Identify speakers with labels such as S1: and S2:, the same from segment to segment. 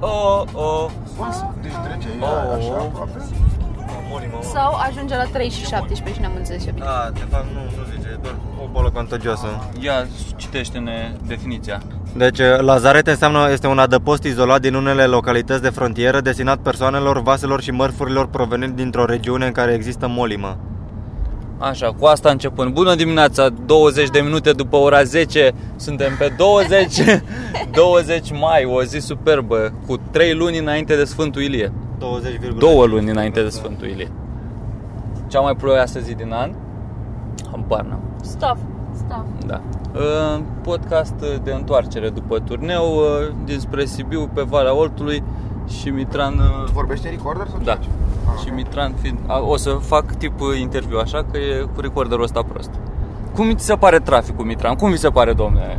S1: Oh, oh.
S2: Deci trece ea
S1: Oh.
S2: așa aproape.
S1: Mori, mă, mă.
S3: Sau ajunge la 3 și 17 și ne-am înțeles eu bine.
S4: Da, de fapt nu, nu zice, e doar o boală contagioasă.
S1: Ia, citește-ne definiția.
S4: Deci, lazaret înseamnă este un adăpost izolat din unele localități de frontieră destinat persoanelor, vaselor și mărfurilor provenind dintr-o regiune în care există molimă.
S1: Așa, cu asta începând. Bună dimineața, 20 de minute după ora 10, suntem pe 20, 20 mai, o zi superbă, cu 3 luni înainte de Sfântul Ilie.
S4: 20,
S1: Două luni înainte de Sfântul Ilie. Cea mai ploioasă zi din an? Habar n-am.
S3: Stop. Stop.
S1: Da. Uh, Podcast de întoarcere după turneu uh, dinspre Sibiu pe Valea Oltului și Mitran uh,
S2: Vorbește recorder sau ce
S1: da.
S2: face?
S1: Și Mitran fiind a, o să fac tip uh, interviu așa că e cu recorderul ăsta prost. Cum ți se pare traficul Mitran? Cum vi se pare, domne?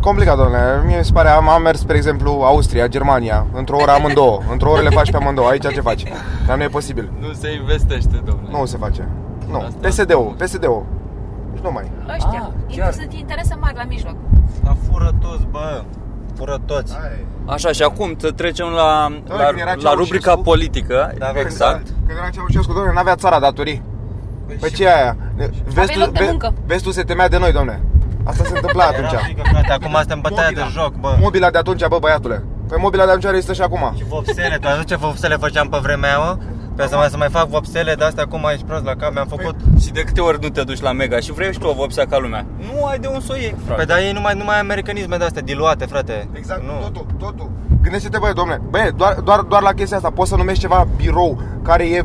S2: Complicat, domnule. Mie mi se pare, am, am mers, spre exemplu, Austria, Germania. Într-o oră amândouă. Într-o oră le faci pe amândouă. Aici ce faci? Dar nu e posibil.
S1: Nu se investește, domne.
S2: Nu se face. Nu.
S1: Asta-
S2: PSD-ul. PSD-ul. Deci nu mai.
S3: Ăștia.
S1: Ah,
S3: Ah,
S1: chiar.
S3: Sunt interese mari la mijloc.
S4: Dar fură toți, bă! Fură toți!
S1: Așa, și acum să trecem la,
S2: Doamne,
S1: la,
S2: când era
S1: la
S2: Ceaușescu-
S1: rubrica politică.
S4: Da,
S1: exact.
S2: Când era Ceaușescu, domnule, n-avea țara datorii. Pe Păi ce e aia? Vestul,
S3: loc de muncă.
S2: vestul se temea de noi, domne. Asta se întâmpla atunci.
S4: frate, acum suntem bătaia de joc, bă!
S2: Mobila de atunci, bă, băiatule. Pe mobila de atunci rezistă și acum.
S4: Și vopsele, tu aduce vopsele făceam pe vremea mă? Pe să mai, să mai fac vopsele, de astea acum ești prost la cap, mi-am făcut...
S2: Păi-
S1: Și de câte ori nu te duci la Mega și vrei și tu o vopsea ca lumea. Nu ai de un să o iei, frate.
S4: Pe da ei nu mai, nu mai americanisme de astea, diluate, frate.
S2: Exact,
S4: nu.
S2: totul, totul. Gândește-te, băi, domne, băi, doar, doar, doar la chestia asta poți să numești ceva birou care e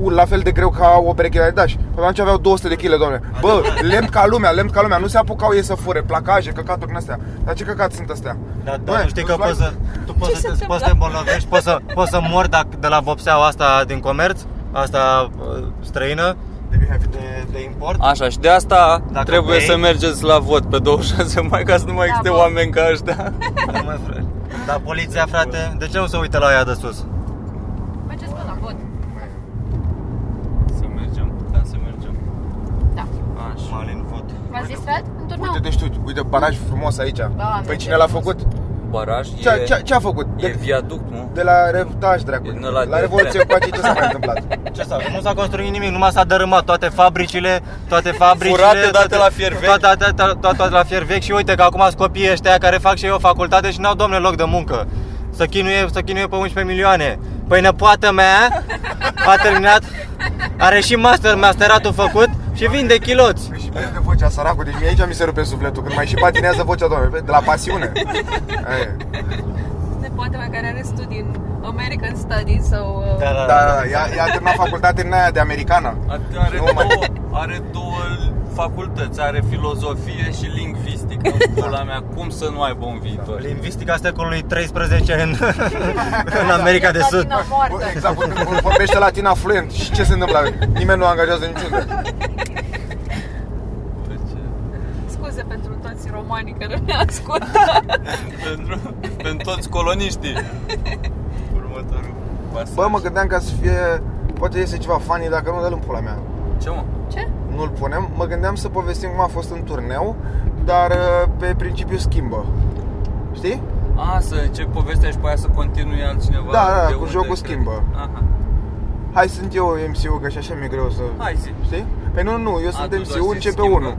S2: u, la fel de greu ca o pereche de Adidas. Pe atunci aveau 200 de kg, domne. Bă, lemn ca lumea, lemn ca lumea. Nu se apucau ei să fure placaje, căcaturi din astea. Dar ce căcat sunt astea?
S4: Da, da,
S2: Băi,
S4: tu știi că
S2: îți luai-
S4: poți să, tu poți
S3: se
S4: să, te,
S3: întâmplă?
S4: poți să te îmbolnăvești, poți să, poți să mori dacă, de la vopseaua asta din comerț, asta uh, străină, de, de, de import.
S1: Așa, și de asta
S4: da. Dacă
S1: trebuie
S4: vrei.
S1: să mergeți la vot pe 26 mai ca să nu mai existe
S3: bă.
S1: oameni ca ăștia.
S4: Nu mai frate. Dar poliția, frate, de ce nu se uită la ea de sus?
S3: Mergeți până la vot.
S1: Să mergem, da, să mergem.
S3: Da.
S1: Așa.
S4: Malin, vot.
S3: V-ați distrat? În turnau.
S2: Uite, deci tu, uite, baraj frumos aici.
S3: Doamne,
S2: păi cine
S3: ce
S2: l-a
S3: frumos.
S2: făcut?
S1: Baraj e,
S2: Ce, ce, ce a făcut?
S1: e
S2: De,
S1: viaduct, nu?
S2: de la Revdaș, dracu.
S1: Din ăla
S2: La
S1: de-
S2: Revoluție cu ce s-a mai întâmplat?
S4: Ce s-a, nu s-a construit nimic, numai s-a dărâmat toate fabricile, toate fabricile,
S1: Furate, date
S4: toate-
S1: la fier vechi.
S4: Toate, toate, toate, toate la fier vechi și uite că acum sunt copiii ăștia care fac și eu facultate și n-au domne loc de muncă. Să chinuie, să chinuie pe 11 milioane. Păi nepoata mea a terminat, are și master, masteratul făcut și vinde chiloți.
S2: Păi și pierde vocea săracul, deci mie aici mi se rupe sufletul Când mai și patinează vocea doamne, de la pasiune Aia.
S3: Ne poate mai care are studii în American Studies sau... uh,
S2: Da, da, da, ea, ea a terminat facultate în aia de americană
S1: Adică Are,
S2: Nu mai-
S1: două, are două facultăți, are filozofie și lingvistică. În
S2: Da.
S1: pula mea, cum să nu aibă un viitor?
S4: Lingvistica secolului 13 în, în America de Sud.
S3: Latina moartă.
S2: Bă, Exact, vor- vorbește latina fluent și ce se întâmplă? Nimeni nu o angajează niciunde
S3: Scuze pentru toți romanii care ne ascultă.
S1: pentru, pentru toți coloniștii. Următorul. pasaj.
S2: Bă, mă gândeam ca să fie, poate iese ceva funny dacă nu dă-l în pula mea
S1: Ce mă?
S3: Ce?
S2: Nu-l punem, mă gândeam să povestim cum a fost în turneu Dar uh, pe principiu schimbă Știi?
S1: A, să încep povestea și pe aia să continui altcineva
S2: Da, da,
S1: de
S2: cu
S1: unde
S2: jocul
S1: crede.
S2: schimbă.
S1: Aha.
S2: Hai, sunt eu MC-ul, că și așa mi-e greu să...
S1: Hai zi
S2: Știi? Păi nu, nu, eu sunt
S1: tu doar
S2: MC,
S1: zici
S2: începe
S1: schimbă.
S2: unul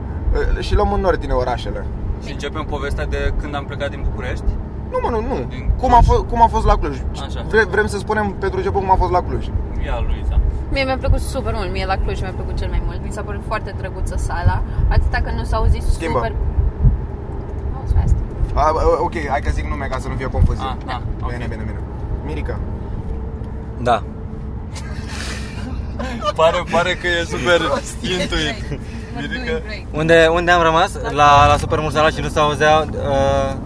S2: Și luăm în ordine orașele
S1: Și începem povestea de când am plecat din București
S2: Nu mă, nu, nu
S1: Din
S2: cum a, fost, cum a fost la Cluj
S1: Așa.
S2: Vre, Vrem să spunem pentru început cum a fost la Cluj
S1: Ia Luiza
S3: Mie mi-a plăcut super mult, mie la Cluj mi-a plăcut cel mai mult. Mi s-a părut foarte drăguță sala, atâta că nu s-a auzit
S2: Schimbă.
S3: super... Auzi, asta.
S2: a, a, Ok, hai că zic nume ca să nu fie confuzie
S1: Ah, ah, ok.
S2: Bine, bine, bine Mirica
S1: Da pare, pare că e super intuit
S3: Mirica. Break.
S4: Unde, unde am rămas? La, la Super Mursala și nu s-auzea... Uh,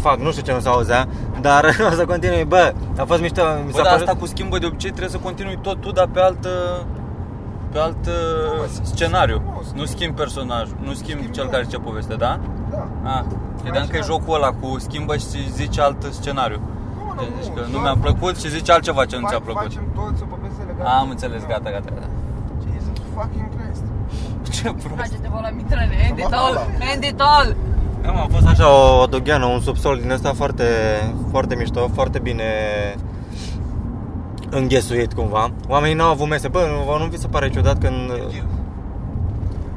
S4: fac, nu știu ce nu s-auzea, dar o să continui. Bă, a fost mișto, mi
S1: Bă,
S4: s-a
S1: dar
S4: părut...
S1: asta cu schimbă de obicei trebuie să continui tot tu, dar pe altă pe alt uh, scenariu. Nu schimbi personajul, nu schimbi cel care zice poveste, da?
S2: Da, Da.
S1: Ah, credeam că e jocul ăla cu schimbă și zici alt scenariu.
S2: Nu, mă,
S1: Deci că nu
S2: doar
S1: mi-a plăcut și zici altceva ce nu ți-a
S2: fac-
S1: plăcut.
S2: Facem toți o poveste legată.
S1: Am înțeles, gata, gata, gata.
S2: Jesus fucking Christ.
S1: Ce prost.
S3: Haideți-vă la mitrele, end it all, end it all!
S4: Am a fost așa o, o dogheană, un subsol din ăsta foarte, foarte mișto, foarte bine înghesuit cumva. Oamenii n-au avut mese. Bă, nu, vă- nu vi se pare ciudat când...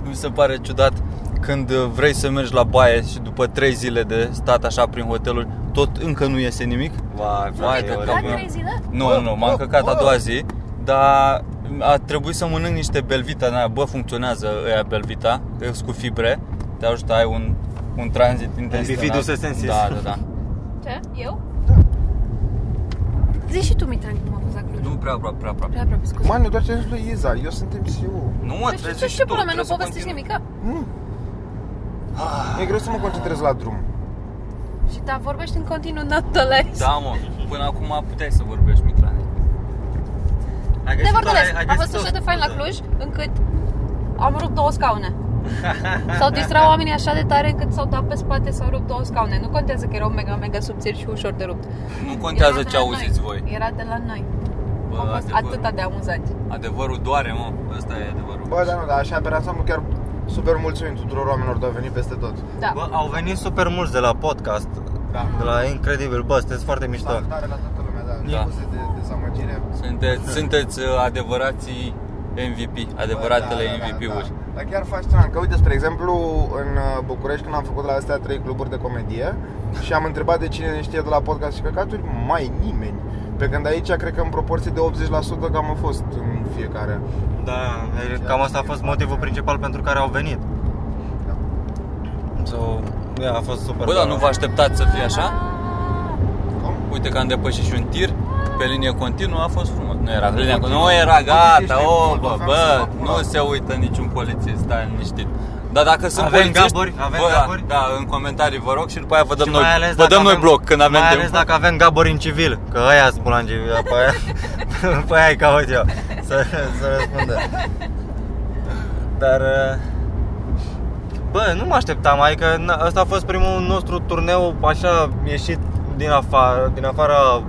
S1: Mi se pare ciudat când uh, vrei să mergi la baie și după 3 zile de stat așa prin hoteluri, tot încă nu iese nimic.
S4: Vai,
S1: Vai,
S4: vai,
S1: că
S4: vai,
S1: cap-
S3: La
S1: bun.
S3: trei zile?
S1: Nu, nu, nu, m-am căcat a doua zi, dar a trebuit să mănânc niște belvita din aia. Bă, funcționează ăia belvita, că sunt cu fibre, te ajută, ai un, un tranzit intestinal.
S4: bifidus sensis.
S1: Da, da, da.
S3: Ce? Eu?
S2: Da.
S3: Zi și tu, Mitran, cum a fost la Cluj.
S1: Nu prea aproape, prea aproape.
S3: Prea aproape, scuze.
S2: Mai ne doar ce lui Iza, eu sunt MCU.
S1: Nu mă,
S3: Păi
S1: trebuie
S3: și
S1: să
S3: ce, ce
S1: și tu,
S3: pula mea, nu
S1: trebuie să
S3: povestești
S1: continui.
S3: nimic? a?
S2: Nu. E greu să mă concentrez la drum.
S3: Și ta vorbești în continuu, not the less.
S1: Da, mă, până acum puteai să vorbești, Mitrane.
S3: Nevertheless, a fost așa de fain la Cluj, încât am rupt două scaune. S-au distrat oamenii așa de tare încât s-au dat pe spate, s-au rupt două scaune. Nu contează că erau mega, mega subțiri și ușor de rupt.
S1: Nu contează
S3: Era de
S1: ce
S3: la
S1: auziți
S3: noi.
S1: voi.
S3: Era de la noi.
S1: Bă,
S3: Am fost
S1: adevărul-
S3: atâta de amuzanți.
S1: Adevărul doare, mă. Ăsta e adevărul.
S2: Bă, dar nu, dar așa pe ansamblu chiar super mulțumim tuturor oamenilor de au venit peste tot.
S3: Da.
S4: Bă, au venit super mulți de la podcast.
S2: Da.
S4: De la incredibil, bă, sunteți foarte mișto.
S2: Salutare la toată lumea, da.
S1: Da.
S2: Scuze de dezamăgire.
S1: Sunteți, sunteți uh, adevărații MVP, adevăratele
S2: Bă,
S1: MVP-uri.
S2: Da, da. Dar chiar fascinant, că uite, spre exemplu, în uh, București, când am făcut la astea trei cluburi de comedie și am întrebat de cine ne știe de la podcast și căcaturi, mai nimeni. Pe când aici, cred că în proporție de 80% cam a fost în fiecare.
S4: Da, e- cam asta a fost motivul principal pentru care au venit.
S2: Da.
S4: So, yeah, a fost super.
S1: Bă, dar nu vă așteptați să fie așa?
S3: Ah,
S2: Cum?
S1: Uite că am depășit și un tir pe linie continuă, a fost frumos. Nu era linia continuă, nu era gata, o, bă, bă, nu se uită niciun polițist, stai liniștit. Dar dacă sunt
S4: Avem
S1: polițiști,
S4: gaburi? Avem
S1: vă,
S4: gaburi?
S1: Da, în comentarii vă rog și după aia vă dăm
S4: Și
S1: noi,
S4: mai ales
S1: vă
S4: dacă
S1: dăm noi bloc când avem
S4: mai
S1: timp.
S4: ales dacă avem Gabor în civil, că aia sunt bulangi, pe aia, pe aia îi caut eu să, să răspundă. Dar uh, Bă, nu mă așteptam, adică na, ăsta a fost primul nostru turneu așa ieșit din afară, din afara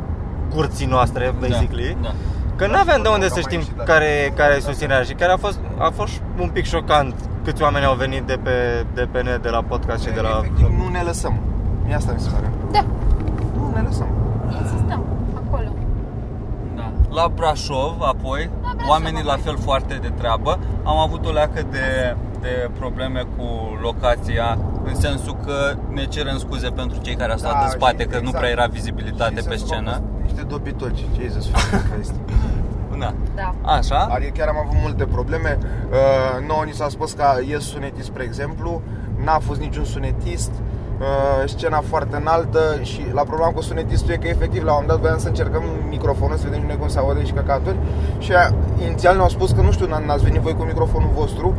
S4: curții noastre, basically.
S1: Da, da.
S4: Că nu aveam de unde
S2: Am
S4: să
S2: mai
S4: știm
S2: ieșit, da.
S4: care, care e susținerea și care a fost, a fost un pic șocant câți oameni au venit de pe, de pe net, de la podcast și de la...
S2: Efectiv, Deci nu ne lăsăm. E asta mi se pare.
S3: Da,
S2: Nu ne lăsăm.
S3: insistăm. Acolo.
S1: Da. La Brașov, apoi,
S3: La Brașov,
S1: oamenii la
S3: apoi.
S1: fel foarte de treabă. Am avut o leacă de, de probleme cu locația, în sensul că ne cerem scuze pentru cei care au stat
S2: Da,
S1: în spate,
S2: și-
S1: că nu
S2: exact.
S1: prea era vizibilitate
S2: Și
S1: pe
S2: se
S1: scenă.
S2: fac Niște dobitoci, Jesus fucking Christ.
S1: Da.
S3: Da.
S1: Așa.
S2: Adică chiar am avut multe probleme. Uh, nouă ni s-a spus că e sunetist, spre exemplu, n-a fost niciun sunetist, uh, scena foarte înaltă și la problema cu sunetistul e că efectiv la un moment dat voiam să încercăm microfonul să vedem și noi cum se aude și căcaturi și a, inițial ne-au spus că nu știu, n- n-ați venit voi cu microfonul vostru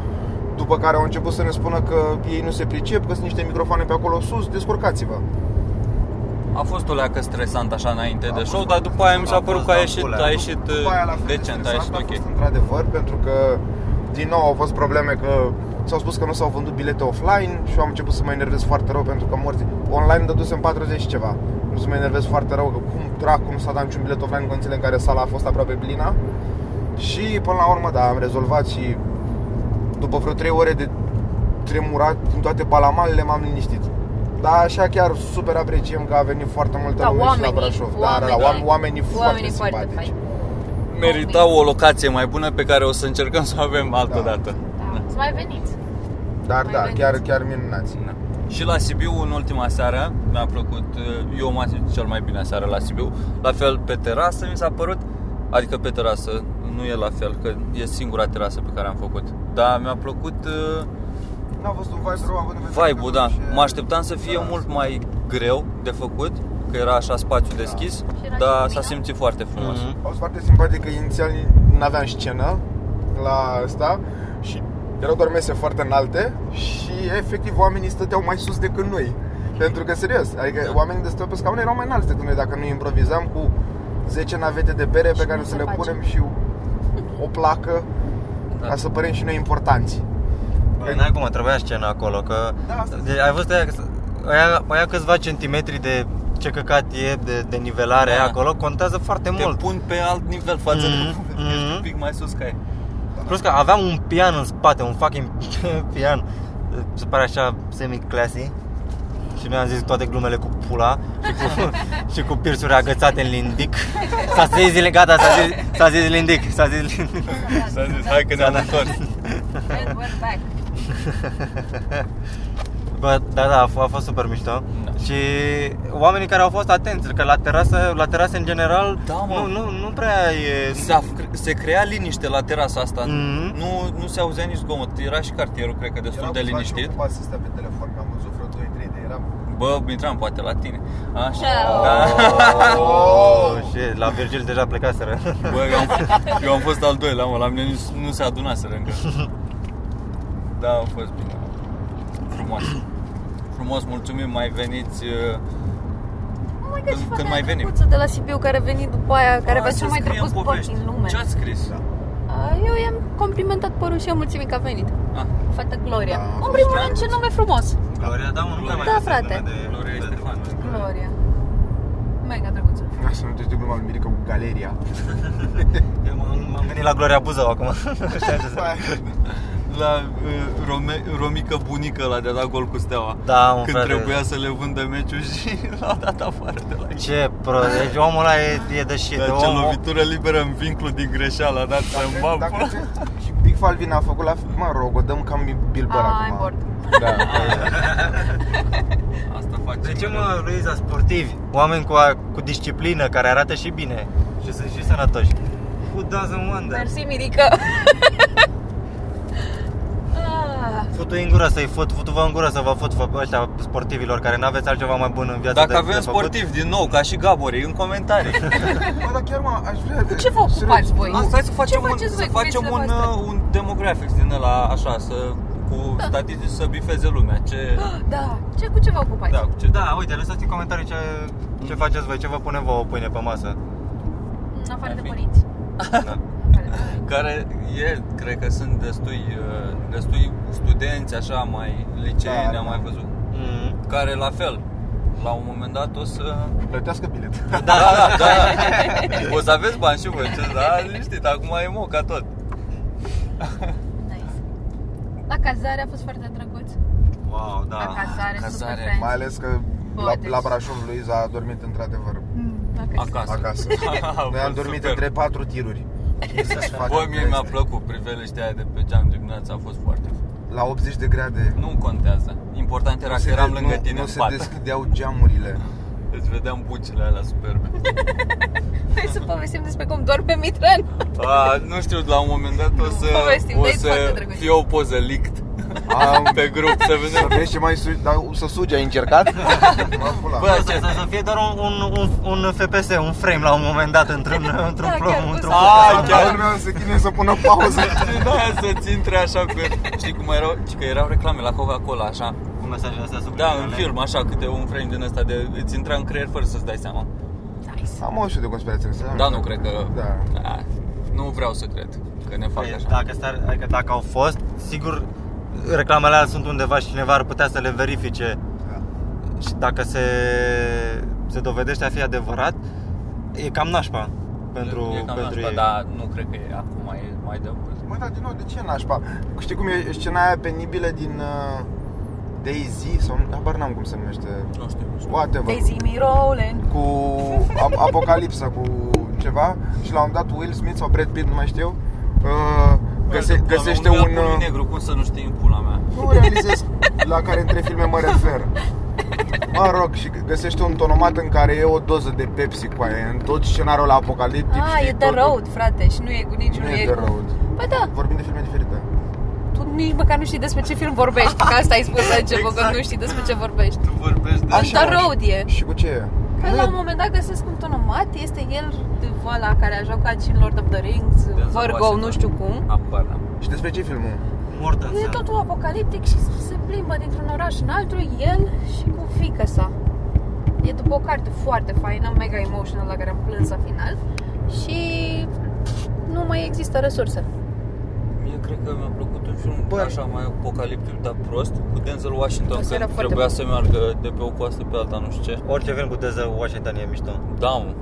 S2: după care au început să ne spună că ei nu se pricep, că sunt niște microfoane pe acolo sus, descurcați-vă.
S1: A fost o leacă stresantă așa înainte de
S2: fost
S1: show, dar după aia mi
S4: a
S1: s-a părut
S4: fost
S1: că a
S4: la
S1: ieșit,
S4: pulea,
S1: a
S4: nu?
S1: ieșit uh,
S2: După aia, la fel de
S1: decent, a
S2: stresant
S1: ieșit ok.
S2: fost într-adevăr pentru că din nou au fost probleme că s-au spus că nu s-au vândut bilete offline și eu am început să mă enervez foarte rău pentru că morți online dădusem 40 și ceva. Nu să mă enervez foarte rău că cum dracu nu s-a dat niciun bilet offline în condițiile în care sala a fost aproape plină. Și până la urmă, da, am rezolvat și după vreo 3 ore de tremurat în toate balamalele m-am liniștit. Da, așa chiar super apreciem că a venit foarte multă
S3: Da,
S2: lume și
S3: oamenii,
S2: la Brașov. da, da, da, oamenii, oamenii foarte
S3: oamenii foarte
S2: simpatici.
S3: faini.
S1: Merita o locație mai bună pe care o să încercăm să o avem altă
S2: Da.
S1: dată.
S3: Da. Să mai veniți.
S2: Dar
S3: Mai
S2: da,
S3: veniți.
S2: chiar, chiar minunați.
S1: Da. Și la Sibiu, în ultima seară, mi-a plăcut, eh, eu m-am simțit cel mai bine seara la Sibiu. La fel pe terasă mi s-a părut, adică pe terasă, nu e la fel, că e singura terasă pe care am făcut. Dar mi-a plăcut uh,
S2: N-a fost un vibe rău, având în vedere
S1: vibe-ul,
S2: că
S1: da.
S2: și-
S1: Mă așteptam să fie
S2: Da.
S1: mult mai greu de făcut, că era așa spațiu deschis,
S3: era
S1: dar
S3: Da. și
S1: s-a
S3: lumină.
S1: simțit foarte frumos.
S4: Mhm.
S2: A fost foarte simpatic că inițial n-aveam scenă la asta și erau doar mese foarte înalte și efectiv oamenii stăteau mai sus decât noi. Pentru că, serios,
S1: Da.
S2: adică oamenii de stăteau pe scaune erau mai înalți decât noi dacă noi improvizam cu 10 navete de bere pe
S3: Și
S2: care
S3: cum
S2: să
S3: să
S2: le
S3: facem?
S2: punem și o placă
S1: Da.
S2: ca să părem și noi importanți.
S4: Bă, n-ai cum, trebuia scena acolo, că
S2: Da, asta
S4: deci, ai văzut aia că s- mai ia, mai ia câțiva centimetri de ce căcat e de, de nivelare
S1: Da.
S4: da. acolo, contează foarte
S1: Te
S4: mult.
S1: pun pe alt nivel față de
S4: Mhm,
S1: ești
S4: mhm.
S1: un pic mai sus ca ei.
S4: Plus că aveam un pian în spate, un fucking pian. Se pare așa semi-classy. Și noi am zis toate glumele cu pula și cu, și cu pirsuri agățate în lindic. S-a zis zile, gata, s-a zis, s-a zis lindic, s-a zis lindic.
S1: S-a zis, hai că ne-am întors.
S3: And we're back.
S4: Bă, da, da, a, f- a fost super mișto.
S1: Da.
S4: Și oamenii care au fost atenți, că la terasă, la terase în general,
S1: Da, mă.
S4: nu, nu, nu prea e...
S1: Se, af- se crea liniște la terasa asta.
S4: Mhm.
S1: Nu, nu se auzea nici zgomot. Era și cartierul, cred că, destul de liniștit.
S2: Eram astea pe telefon, că am văzut vreo 2-3 de eram.
S1: Bă, intram poate la tine. Așa.
S3: Ciao.
S1: Da.
S4: Oh, shit, la Virgil deja plecaseră.
S1: Da. Bă, eu am, eu am fost al doilea, mă, la mine nici nu se adunaseră încă. Da, a fost bine. Frumos. Frumos, mulțumim, mai veniți uh,
S3: Oh my God,
S1: Când-
S3: și
S1: când
S3: fata
S1: mai
S3: aia
S1: venim.
S3: drăguță de la Sibiu care a venit după aia, care
S1: a,
S3: avea
S1: să
S3: cel mai
S1: scriem
S3: drăguț păr
S1: povești.
S3: din lume.
S1: Ce ați scris? Da.
S3: A, Eu i-am complimentat părul și am mulțumit că a venit.
S1: Ah,
S3: Fata Gloria.
S2: Da, a
S3: în
S2: fost
S3: primul
S1: drăguț.
S3: rând, ce nume frumos!
S4: Gloria, da, mă, nu prea mai
S3: Da,
S4: găsesc
S3: frate.
S4: nume de-
S1: Gloria
S4: de-
S1: Estefan.
S3: Gloria. Mega drăguță.
S2: Așa nu te știu gluma lui Mirica cu galeria.
S4: Eu m-am, m-am gândit la Gloria Buzău acum.
S1: La uh, Rome, Romică bunică la de-a dat gol cu steaua.
S4: da, mă,
S1: Când
S4: frate.
S1: trebuia să le vândă meciul și l-au dat afară de la ei.
S4: Ce pro, deci omul ăla e, e de shit.
S1: Dar ce
S4: omul,
S1: Deci lovitură liberă în vinclu din greșeală da, a dat să
S2: Dacă ce? Și Big Falvin a făcut la mă rog, o dăm cam Bilbao
S3: Ah, I'm
S2: acum.
S3: bored.
S2: Da.
S1: Asta face.
S4: de ce mă, Luiza, sportivi? Oameni cu, cu disciplină, care arată și bine și sunt și sănătoși. Who doesn't
S1: Da.
S4: wonder?
S3: Mersi, Mirica. Ah,
S4: Futu în gură să-i fut, futu-vă în gură să vă fut vă, ăștia sportivilor care n-aveți altceva mai bun în viață
S1: Dacă
S4: de,
S1: avem
S4: de făcut.
S1: sportiv din nou, ca și Gabori, în comentarii.
S2: Bă, dar chiar mă, aș vrea...
S3: Cu ce vă ocupați voi?
S1: Asta hai să facem,
S3: Ce faceți
S1: un,
S3: voi
S1: să
S3: cu
S1: facem
S3: viețile
S1: un,
S3: voastre?
S1: uh, un demographics din ăla, așa, să, cu statistici să bifeze lumea. Ce,
S3: Da, ce, cu ce vă ocupați?
S1: da, cu ce,
S4: Da, uite, lăsați în comentarii ce, ce faceți voi, ce vă pune vouă pâine pe masă.
S3: În afară
S1: Ar
S3: de
S1: fi.
S3: părinți.
S4: Da.
S3: În afară de părinți.
S1: care e, cred că sunt destui, uh, destui studenți, așa, mai liceeni,
S2: Da,
S1: ne-am
S2: da.
S1: mai văzut,
S4: Mm.
S1: care la fel, la un moment dat o să...
S2: Plătească bilet.
S1: Da, da, da, O să aveți bani și voi, ce, da, liniștit, acum e moca tot. Da.
S3: Nice. La cazare a fost foarte drăguț.
S4: Wow, da.
S3: La cazare,
S1: cazare,
S3: super
S2: Mai ales că
S3: Bă,
S2: la,
S3: deci-
S2: la Brașov Luiza a dormit într-adevăr
S3: Mm,
S1: Acasă.
S2: acasă.
S1: A
S2: Noi
S1: fost
S2: am dormit
S1: super.
S2: între patru tiruri. Să-și facă
S1: Bă, mie mi-a
S2: trezire.
S1: plăcut priveliștea aia de pe geam dimineața, a fost foarte
S2: La 80 de grade.
S1: Nu contează. Important era
S2: Nu
S1: că
S2: se
S1: eram
S2: de-
S1: lângă
S2: nu,
S1: tine
S2: Nu
S1: în
S2: se
S1: pat.
S2: deschideau geamurile.
S1: Îți vedeam bucile alea superbe.
S3: Hai să povestim despre cum dorme Mitran.
S1: A, nu știu, la un moment dat o să,
S3: Povestim,
S1: o
S3: vezi, foarte
S1: să
S3: drăguț.
S1: fie o poză leaked
S2: Am,
S1: pe grup, să
S2: să
S1: vedem.
S2: vezi ce mai sugi, dar să sugi, ai încercat? M-a fulat.
S1: Bă,
S4: Să, să, să fie doar un, un, un, un FPS, un frame la un moment dat într-un într-un
S3: Da,
S4: da,
S3: chiar
S4: plom,
S3: cum
S4: într-un
S3: să-
S4: plom.
S1: Ai,
S2: Toată
S1: chiar.
S2: lumea se chinuie să pună pauză.
S1: Da, să-ți intre așa pe... Știi cum erau? Ci că erau reclame la Coca-Cola, așa.
S4: Cu mesajele astea
S1: Da,
S4: subliminale.
S1: în film, așa, câte un frame din ăsta de... Îți intra în creier fără să-ți dai seama.
S3: Nice.
S2: Am o și de conspirație. să am.
S1: Da, nu cred că...
S2: Da.
S1: A, nu vreau să cred că ne fac
S4: Păi,
S1: așa.
S4: Dacă, star, adică dacă au fost, sigur reclamele alea sunt undeva și cineva ar putea să le verifice și dacă se, se dovedește a fi adevărat, e cam nașpa pentru,
S1: e cam da.
S4: pentru
S1: asta,
S4: ei.
S1: dar nu cred că e acum, e mai de mult.
S2: Mă, dar din nou, de ce nașpa? Știi cum e scena aia penibilă din uh, Daisy? Sau habar n-am cum se numește.
S1: Nu știu, nu știu.
S2: Whatever.
S3: Daisy me rolling.
S2: Cu ap- Apocalipsa, cu ceva. Și la un moment dat Will Smith sau Brad Pitt, nu mai știu, uh, găse-
S1: Pula mea,
S2: găsește
S1: unul
S2: un...
S1: e albul
S2: uh,
S1: negru, cum să nu știi în pula mea?
S2: Nu realizez la care între filme mă refer. Mă rog, și găsește un tonomat în care e o doză de Pepsi cu aia, în tot scenariul apocaliptic.
S3: Ah,
S2: știi,
S3: e The
S2: totul.
S3: Road, frate, și nu e cu niciunul.
S2: Nu e The Road.
S3: Păi da,
S2: Vorbim de filme diferite.
S3: tu nici măcar nu știi despre ce film vorbești, că asta ai spus la început, că
S1: Exact.
S3: nu știi despre ce vorbești.
S1: Tu vorbești de...
S3: În The Road e.
S2: Și cu ce Da, e? Păi
S3: Că
S2: Nu
S3: la
S2: e-
S3: un moment dat găsesc un tonomat, este el ăla care a jucat și în Lord of the Rings, Virgo, nu știu cum.
S1: Apar, n-am.
S2: Și despre ce e filmul?
S4: Mortă
S3: E
S4: înseamnă.
S3: totul apocaliptic și se plimbă dintr-un oraș în altul, el și cu fica sa. E după o carte foarte faină, mega emotional, la care am plâns la final și nu mai există resurse.
S1: E mie cred că mi-a plăcut un film
S2: Bă.
S1: așa mai apocaliptic, dar prost, cu Denzel Washington,
S3: Asta era
S1: când
S3: foarte
S1: trebuia
S3: bun.
S1: să meargă de pe o coastă pe alta, nu știu ce.
S4: Orice film cu Denzel Washington e mișto.
S1: Da, mă.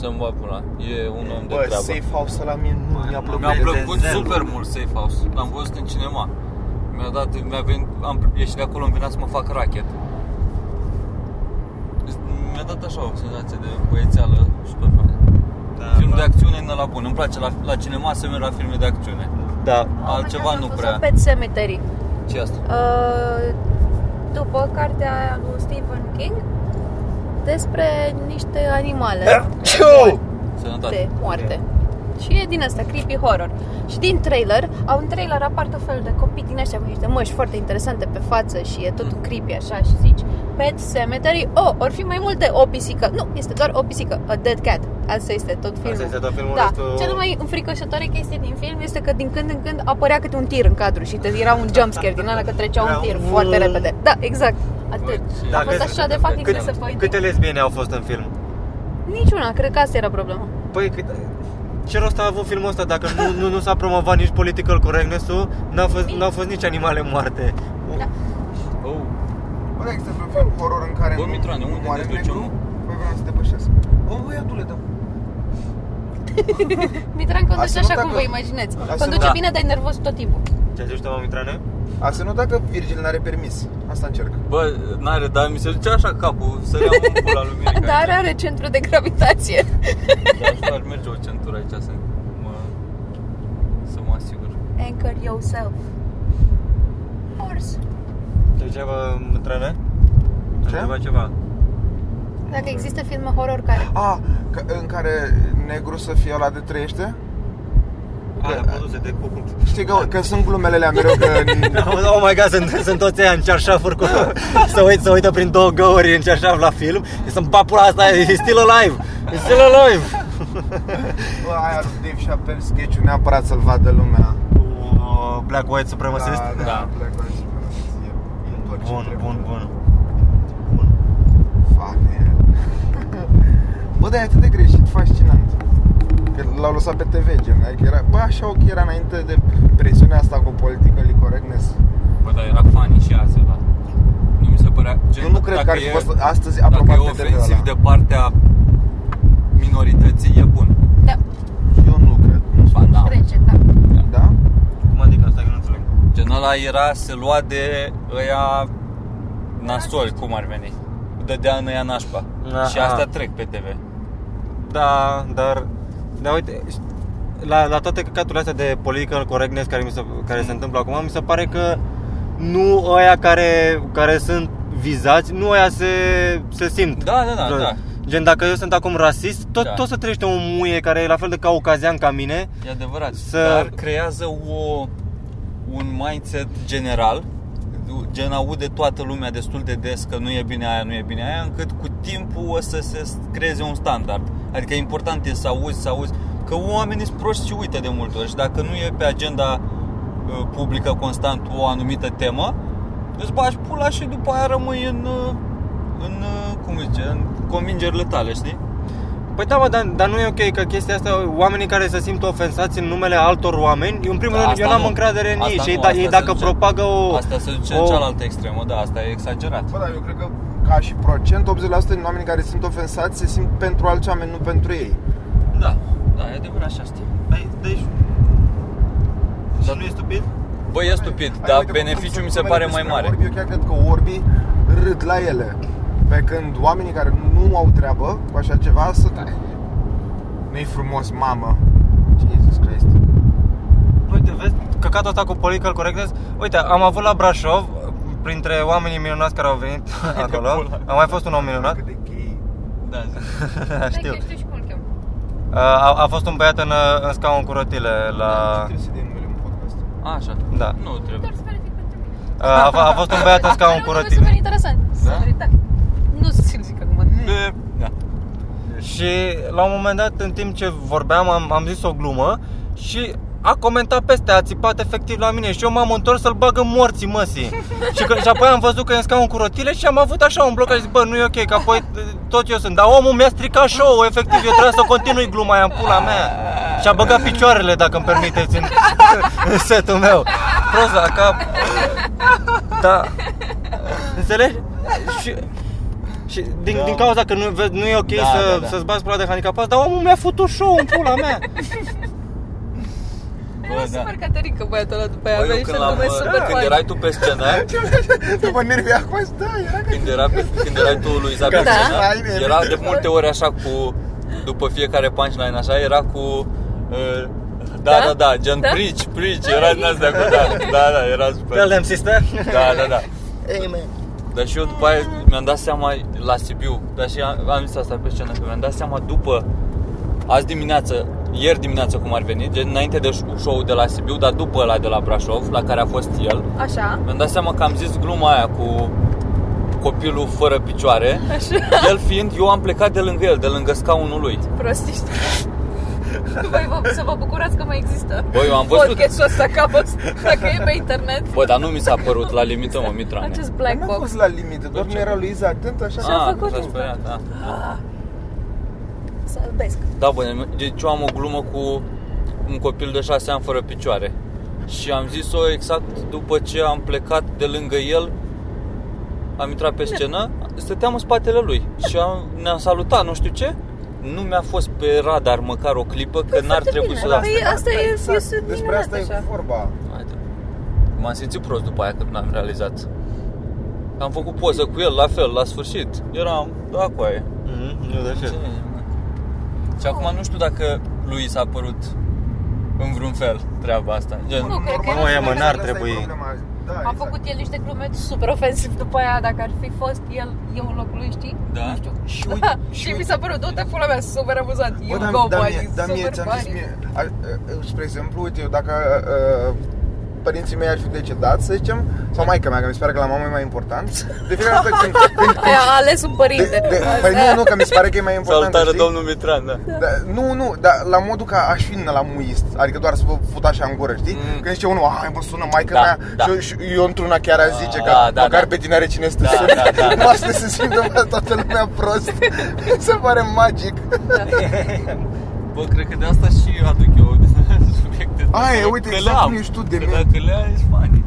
S1: Să-mi va pula. E un om de
S2: Bă,
S1: treabă.
S2: safe house ăla mie nu mi-a plăcut.
S1: Mi-a plăcut
S4: Denzel,
S1: super
S4: bă.
S1: mult Safe House. L-am văzut în cinema. Mi-a dat, mi-a venit, am ieșit de acolo, îmi venea să mă fac racket. Mi-a dat așa o senzație de băiețeală super faină.
S4: Da,
S1: Film
S4: da.
S1: de acțiune e la bun. Îmi place la, la cinema să merg la filme de acțiune.
S4: Da.
S1: Altceva nu prea.
S3: Pet Cemetery.
S1: Ce asta?
S3: Uh, după cartea aia lui Stephen King despre niște animale
S1: Sănătate.
S3: de moarte. Și e din asta, creepy horror. Și din trailer, au în trailer apar tot felul de copii din ăștia cu niște măști foarte interesante pe față și e tot
S4: Mm.
S3: creepy așa și zici Pet Cemetery, oh, or fi mai multe o pisică. Nu, este doar o pisică, a dead cat. Asta este tot filmul.
S4: Asta este tot filmul
S3: Da,
S4: restul-
S3: cel mai înfricoșătoare chestie din film este că din când în când apărea câte un tir în cadru și te era un jumpscare din ăla că trecea un tir
S4: Era un-
S3: foarte repede. Da, exact. Atât.
S1: Bă, ce-
S3: A fost
S4: Dacă-
S3: așa de fucking
S4: cât-
S3: greu să faci.
S4: Câte lesbiene au fost în film?
S3: Niciuna, cred că asta era problema.
S4: Păi, cât... ce rost a avut filmul ăsta dacă nu, nu, nu s-a promovat nici political correctness-ul, n-au fost, n-au fost nici animale moarte.
S3: Da.
S1: Oh.
S2: Bă, da, există vreun film horror în care
S1: Bă,
S2: nu-
S1: Mitrane,
S2: nu
S1: unde
S2: moare
S1: ne ducem,
S2: negru?
S1: mă?
S2: Păi vreau să te pășesc. Bă, băiatule, da.
S3: Mitran conduce
S2: Asta
S3: așa
S2: nu
S3: cum
S2: dacă-
S3: vă imaginați.
S2: Asta nu-
S3: Conduce
S1: da.
S3: bine, dar e nervos tot timpul.
S4: Ce zici tu, mă, Mitrane?
S2: Asta nu dacă Virgil n-are permis. Asta încerc.
S1: Bă, n-are, dar mi se duce așa capul, să iau un pula lui Mirica.
S3: Dar are centru de gravitație.
S1: Dar ar merge o centură aici să mă, să mă asigur.
S3: Anchor yourself. Horse.
S4: Tu ceva, Mitrane?
S2: Ce?
S4: Ceva, ceva.
S3: Dacă există filme horror care...
S2: A, că, în care negru să fie ăla de trăiește?
S4: Alea produse de cucul.
S2: Știi că, că sunt glumele alea mereu că...
S4: Oh my god, sunt, sunt toți aia în cearșafuri cu... Să uit, să uită prin două găuri în cearșaf la film Sunt papul asta, e still alive E still alive
S2: Bă, aia lui Dave Chappelle sketch neapărat să-l vadă lumea.
S4: Cu Uh, Black White Supremacist
S2: Da, da,
S1: Da.
S2: Black Lives Matter. E- e tot ce
S4: Bun,
S2: trebuie.
S4: bun, bun
S2: Fuck, man. Bă, dar e atât de greșit, fascinant. Că l-au lăsat pe TV, gen, adică era, bă, așa ok era înainte de presiunea asta cu politically correctness.
S1: Bă, dar era funny și azi ăla. Nu mi se părea... Gen,
S2: Eu nu cred
S1: dacă
S2: că ar fi
S1: e-
S2: fost astăzi
S1: Dacă e
S2: aprobat pe TV
S1: ofensiv
S2: ăla.
S1: de partea minorității, e bun.
S3: Da,
S2: Eu nu cred, nu
S1: Ba, da.
S3: trece, da.
S2: da?
S4: Cum adică asta, eu nu înțeleg
S1: Gen ăla era, se lua de ăia nasoli, cum ar veni. Dădea în ăia nașpa.
S4: Aha.
S1: Și astea trec pe TV.
S4: Da, dar... Da, uite, la, la toate căcaturile astea de political correctness care, mi se, care
S1: Mm.
S4: se întâmplă acum, mi se pare că nu ăia care, care sunt vizați, nu ăia se, se simt.
S1: Da, da, da,
S4: Gen,
S1: da.
S4: Gen, dacă eu sunt acum rasist, tot,
S1: Da.
S4: da. tot să trăiește o muie care e la fel de ca ocazian ca mine.
S1: E adevărat.
S4: Să-
S1: Dar creează o, un mindset general, gen aude toată lumea destul de des că nu e bine aia, nu e bine aia, încât cu timpul o să se creeze un standard. Adică important e să auzi, să auzi, că oamenii sunt proști și uită de multe ori și dacă nu e pe agenda uh, publică constant o anumită temă, îți bagi pula și după aia rămâi în, uh, în uh, cum zice, în convingerile tale, știi?
S4: Păi da, mă, dar, dar nu e ok că chestia asta, oamenii care se simt ofensați în numele altor oameni, eu în primul
S1: Da,
S4: rând,
S1: asta
S4: eu n-am
S1: nu.
S4: încredere în ei
S1: Asta
S4: și ei,
S1: nu,
S4: da,
S1: asta
S4: ei
S1: se
S4: dacă
S1: duce-
S4: propagă o...
S1: Asta se duce
S4: o-
S1: în cealaltă extremă, da, asta e exagerat.
S2: Bă, dar eu cred că ca și procent, 80% din oameni care sunt ofensați se simt pentru alți oameni, nu pentru ei.
S1: Da, da, e adevărat și asta.
S4: Păi, Deci... Dar nu e stupid?
S1: Bă, e stupid,
S2: Hai,
S1: dar
S2: uite, cum
S1: beneficiul mi se
S2: sunt
S1: pare mai mare.
S2: numele despre Orbi, eu chiar cred că orbii râd la ele. Pe când oamenii care nu au treabă cu așa ceva sunt... Nu-i frumos, mamă. Jesus Christ.
S4: Uite, vezi, căcatul ăsta cu political correctness Uite, am avut la Brașov Printre oamenii minunați care au venit acolo
S1: pula.
S4: A mai fost un om minunat
S2: Cât de gay.
S1: Da, zi.
S4: Știu
S3: Da, știu și cum îl cheamă.
S4: a, a fost un băiat în, uh, în scaun cu rotile la...
S2: Trebuie să dea numele în podcast.
S1: Așa.
S4: Da.
S1: Nu trebuie.
S3: Doar să verific pentru mine.
S4: A, a fost un băiat în scaun cu
S3: Are un lucru super
S4: rotile
S3: interesant.
S1: Da?
S3: Sorry, da. Nu să-ți-l zic acum.
S1: Bă, Da.
S4: Și la un moment dat, în timp ce vorbeam, am, am zis o glumă Și a comentat peste, a țipat efectiv la mine Și eu m-am întors să-l bag în morții măsii și, că, și apoi am văzut că e în scaun cu rotile și am avut așa un bloc și zis, bă, nu e ok, că apoi tot eu sunt Dar omul mi-a stricat show-ul, efectiv, eu trebuia să continui gluma aia în pula mea Și-a băgat picioarele, dacă îmi permiteți, în, în setul meu.
S1: Prost la cap. Da.
S4: Înțelegi? Și, și din, din cauza că nu, vezi, nu e ok
S1: Da,
S4: să,
S1: da, da.
S4: să-ți bați pula de handicapat, dar omul mi-a făcut show în pula mea.
S3: Era
S1: da.
S3: super caterică băiatul ăla după aia,
S1: Bă,
S3: avea
S1: eu
S3: niște
S1: când, l-am,
S3: nume super
S1: când
S3: funny.
S1: erai tu pe scenă,
S2: După nervii acum, și da, era ca...
S1: când, era pe, când erai tu lui Isaac pe
S3: Da.
S1: scenă, era de multe ori așa cu, după fiecare punchline așa, era cu, uh, da,
S3: Da?
S1: da, da, gen
S3: Da?
S1: preach, preach, era din astea cu, da, da, da, era super.
S4: Tell them, sister.
S1: Da, da, da.
S4: Amen.
S1: Dar și eu după aia mi-am dat seama la Sibiu, dar și am, am zis asta pe scenă, că mi-am dat seama după azi dimineață, ieri dimineață cum ar veni, gen înainte de show de la Sibiu, dar după ăla de la Brașov, la care a fost el,
S3: Așa.
S1: mi-am dat seama că am zis gluma aia cu copilul fără picioare,
S3: Așa.
S1: el fiind, eu am plecat de lângă el, de lângă scaunul lui.
S3: prostiști. Voi vă, să vă bucurați că mai există
S1: Bă, eu am văzut-
S3: Podcastul ăsta ca vă- Dacă e pe internet
S1: Bă, dar nu mi s-a părut la limită, mă, Mitra. mea.
S3: Acest
S2: Dar
S3: black
S2: N-a
S3: box
S2: fost la limită, doar nu era lui Iza atent, așa
S3: Ce-a
S1: Ah,
S3: făcut?
S1: s-a speriat, da.
S3: Să-l besc
S2: Păi
S1: Da, bă, deci eu am o glumă cu un copil de șase ani fără picioare. Și am zis-o exact după ce am plecat de lângă el, am intrat pe scenă, stăteam în spatele lui și am, ne-am salutat, nu știu ce. Nu mi-a fost pe radar măcar o clipă, că n-ar
S3: foarte
S1: trebui
S3: bine,
S1: să
S3: da.
S1: las.
S3: Păi asta e- e sunt
S2: Exact, Despre
S3: minunat
S2: asta e
S3: așa.
S2: vorba.
S1: Haide. da. M-am simțit prost după aia când n-am realizat. Am făcut poză cu el, la fel, la sfârșit. Eram, da, cu aia.
S4: Mm-hmm, Nu de ce.
S1: Și acum nu știu dacă lui s-a părut în vreun fel treaba asta.
S3: Nu,
S1: Gen,
S3: cred că
S2: Normal,
S3: era
S4: e, mă,
S3: super
S4: n-ar
S2: asta e
S4: trebui.
S2: problema azi. Da,
S3: A
S2: exact.
S3: făcut el niște glume super ofensiv după aia, dacă ar fi fost el, eu în locul lui, știi?
S1: Da.
S3: Nu știu.
S2: Și
S3: Da.
S2: uite-
S3: și,
S2: și
S3: mi
S2: uite-
S3: s-a părut, du-te pula mea, super amuzant.
S2: Bă,
S3: You
S2: dar,
S3: go,
S2: dar
S3: buddy,
S2: mie, dar mie
S3: super
S2: ți-am zis
S3: funny.
S2: mie, a, a, a, spre exemplu, uite, eu dacă uh, părinții mei ar fi decedat, să zicem, sau maica mea, că mi se pare că la mama e mai important, de fiecare dată când, când
S3: Aia a ales un părinte.
S2: de, de, păi nu, nu, că mi se pare că e mai important.
S1: salutare
S2: știi?
S1: domnul Mitran, da.
S2: Da, nu, nu, dar la modul că aș fi la muist, adică doar să vă fut așa în gură, știi?
S1: Mm.
S2: Când zice unul, hai mă sună maica
S1: Da,
S2: mea
S1: da.
S2: și, eu- și eu într-una chiar aș zice că
S1: Da, da,
S2: măcar
S1: da.
S2: pe tine are cine să te
S1: Da,
S2: sune.
S1: da, da, da.
S2: Mă, să se simtă mă, toată lumea prost, Mi se pare magic.
S1: Bă, cred că de asta și eu aduc eu subiecte.
S2: Aia,
S1: Că
S2: uite,
S1: le
S2: exact
S1: am.
S2: cum ești tu de
S1: Că
S2: mine.
S1: Dacă le ai, ești funny.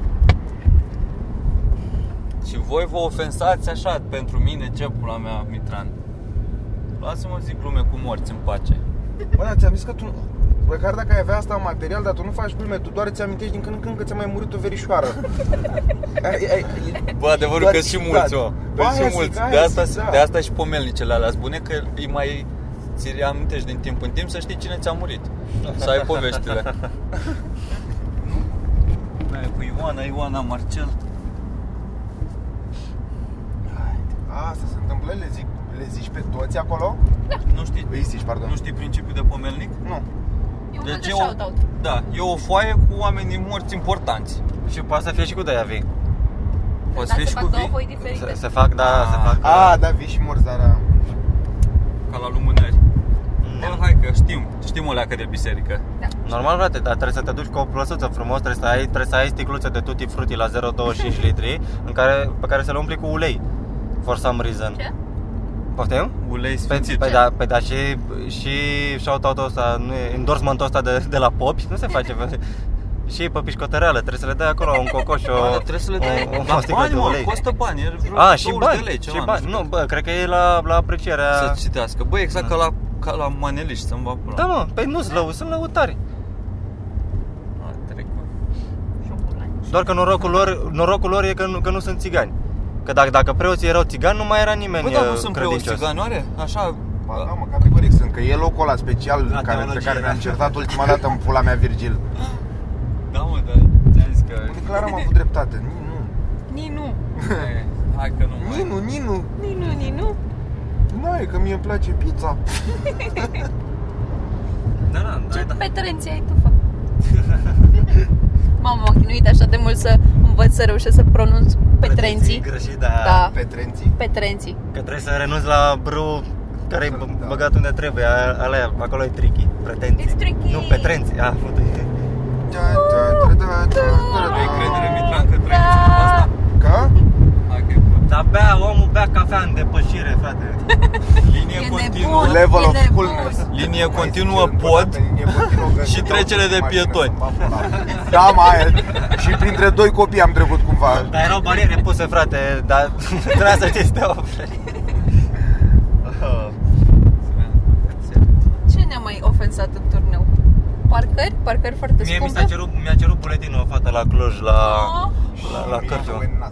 S1: Și voi vă ofensați așa pentru mine, ce pula mea, Mitran. Lasă-mă zic glume cu morți în pace.
S2: Bă, dar ți-am zis că tu Măcar dacă ai avea asta în material, dar tu nu faci glume, tu doar îți amintești din când în când că ți-a mai murit o verișoară. ai, ai,
S1: Bă, adevărul
S2: Doar
S1: că și
S2: citat.
S1: mulți, mă.
S2: Da. Bă,
S1: Că
S2: aia
S1: și
S2: zic,
S1: mulți.
S2: aia
S1: De asta,
S2: zic, da.
S1: de asta și pomelnicele alea sunt bune că îi mai ți le amintești din timp în timp să știi cine ți-a murit. Să ai poveștile. Nu? Aia cu Ioana, Ioana Marcel.
S2: Asta se întâmplă, le, zic, le zici pe toți acolo?
S1: Nu știi,
S2: Îi zici, pardon.
S1: nu știi principiul de pomelnic?
S2: Nu.
S3: E un fel de
S1: Deci e o,
S3: shout-out.
S1: da, e o foaie cu oamenii morți importanți.
S4: Și poate să fie și cu de-aia vii.
S1: Poți
S3: Dar
S1: fi
S3: Da, se
S1: și
S3: fac
S1: cu
S3: două
S1: vii,
S3: voi
S4: Se,
S3: diferite.
S4: se fac, da, se fac.
S2: A, da, vii și morți, dar... a,
S1: ca la lumânări. Bă,
S4: Mm.
S1: hai că știm, știm o leacă de biserică.
S4: Normal, frate, dar trebuie să te duci cu o plăsuță frumos, trebuie să ai, trebuie să ai sticluțe de tutti frutti la 0,25 litri, în care, pe care să le umpli cu ulei. For some reason.
S3: Ce?
S4: Poftim?
S1: Ulei
S4: Pe,
S1: sfințit.
S4: pe, da, pe da, și, și shout-out-ul ăsta, nu e- endorsementul ăsta de, de la popi, nu se face. frate. și pe pișcotăreală, trebuie să le dai acolo un cocoș și o,
S1: Bă, dar trebuie să le dai
S4: o, o
S1: la
S4: sticlă
S1: bani,
S4: de
S1: mă,
S4: ulei.
S1: costă bani, e vreo
S4: A, și
S1: 20
S4: bani,
S1: de lei, ceva,
S4: și bani. Nu, bă, cred că e la, la aprecierea...
S1: să citească. Bă, exact ca la, ca la maneliști, să-mi va pula.
S4: Da, mă, pe nu slău, sunt lăutari.
S1: A, trec, mă.
S4: Doar că norocul lor, norocul lor e că nu, că nu sunt țigani. Că dacă, dacă preoții erau țigani, nu mai era nimeni
S1: Bă, dar nu
S4: uh,
S1: sunt preoți
S4: credincios.
S1: țiganoare? Așa,
S2: Ba, da, mă, categoric sunt, că e locul ăla special
S4: La
S2: care, pe
S4: teologie,
S2: care
S4: da.
S2: mi-am certat ultima dată în pula mea, Virgil.
S1: da, mă, dar ți-am zis că...
S2: Uite, clar am avut dreptate. Ninu.
S3: Ninu.
S1: E, Hai că nu mai...
S2: Ninu, Ninu.
S3: Ninu, Ninu.
S2: Nu, e că mie îmi place pizza.
S4: Da, da,
S3: Ce petrenții ai tu, fă? M-am chinuit așa de mult să învăț să reușesc să pronunț petrenții.
S4: Greșit, da.
S3: Da,
S2: Pe trenții.
S3: petrenții.
S4: Că trebuie să renunți la brâu care e
S2: Da.
S4: b- băgat unde trebuie, a- alea, acolo e tricky, pretenții.
S3: It's tricky.
S4: Nu, petrenții, a, fătut.
S2: Da, da, da, da, da, da,
S1: Ai încredere,
S2: da.
S1: Mitran, că trăiești
S3: Da.
S1: cu asta?
S2: Ca?
S1: Hai că e bun.
S4: Dar bea, omul bea cafea în depășire, frate.
S1: Linie
S3: E
S1: continuă. continuă,
S3: Bun.
S2: Level of
S3: Bine,
S2: coolness.
S3: bun.
S1: linie
S2: Hai,
S1: continuă,
S2: zice,
S1: pod
S2: pe linie continuă, că
S1: și
S2: iau
S1: trecere de
S2: mașină,
S1: pietoni.
S2: pa, pa, pa. Da, mai e. Și printre doi copii am trecut cumva.
S4: Dar erau bariere puse, frate, dar trebuia să știi să te oprești.
S3: Ce ne-a mai ofensat în turneu? Parcări? Parcări foarte
S4: Mie mi
S3: scumpe?
S4: s-a cerut, mi-a cerut buletinul o fată la Cluj, la,
S3: Oh.
S4: la, la Cărciuma.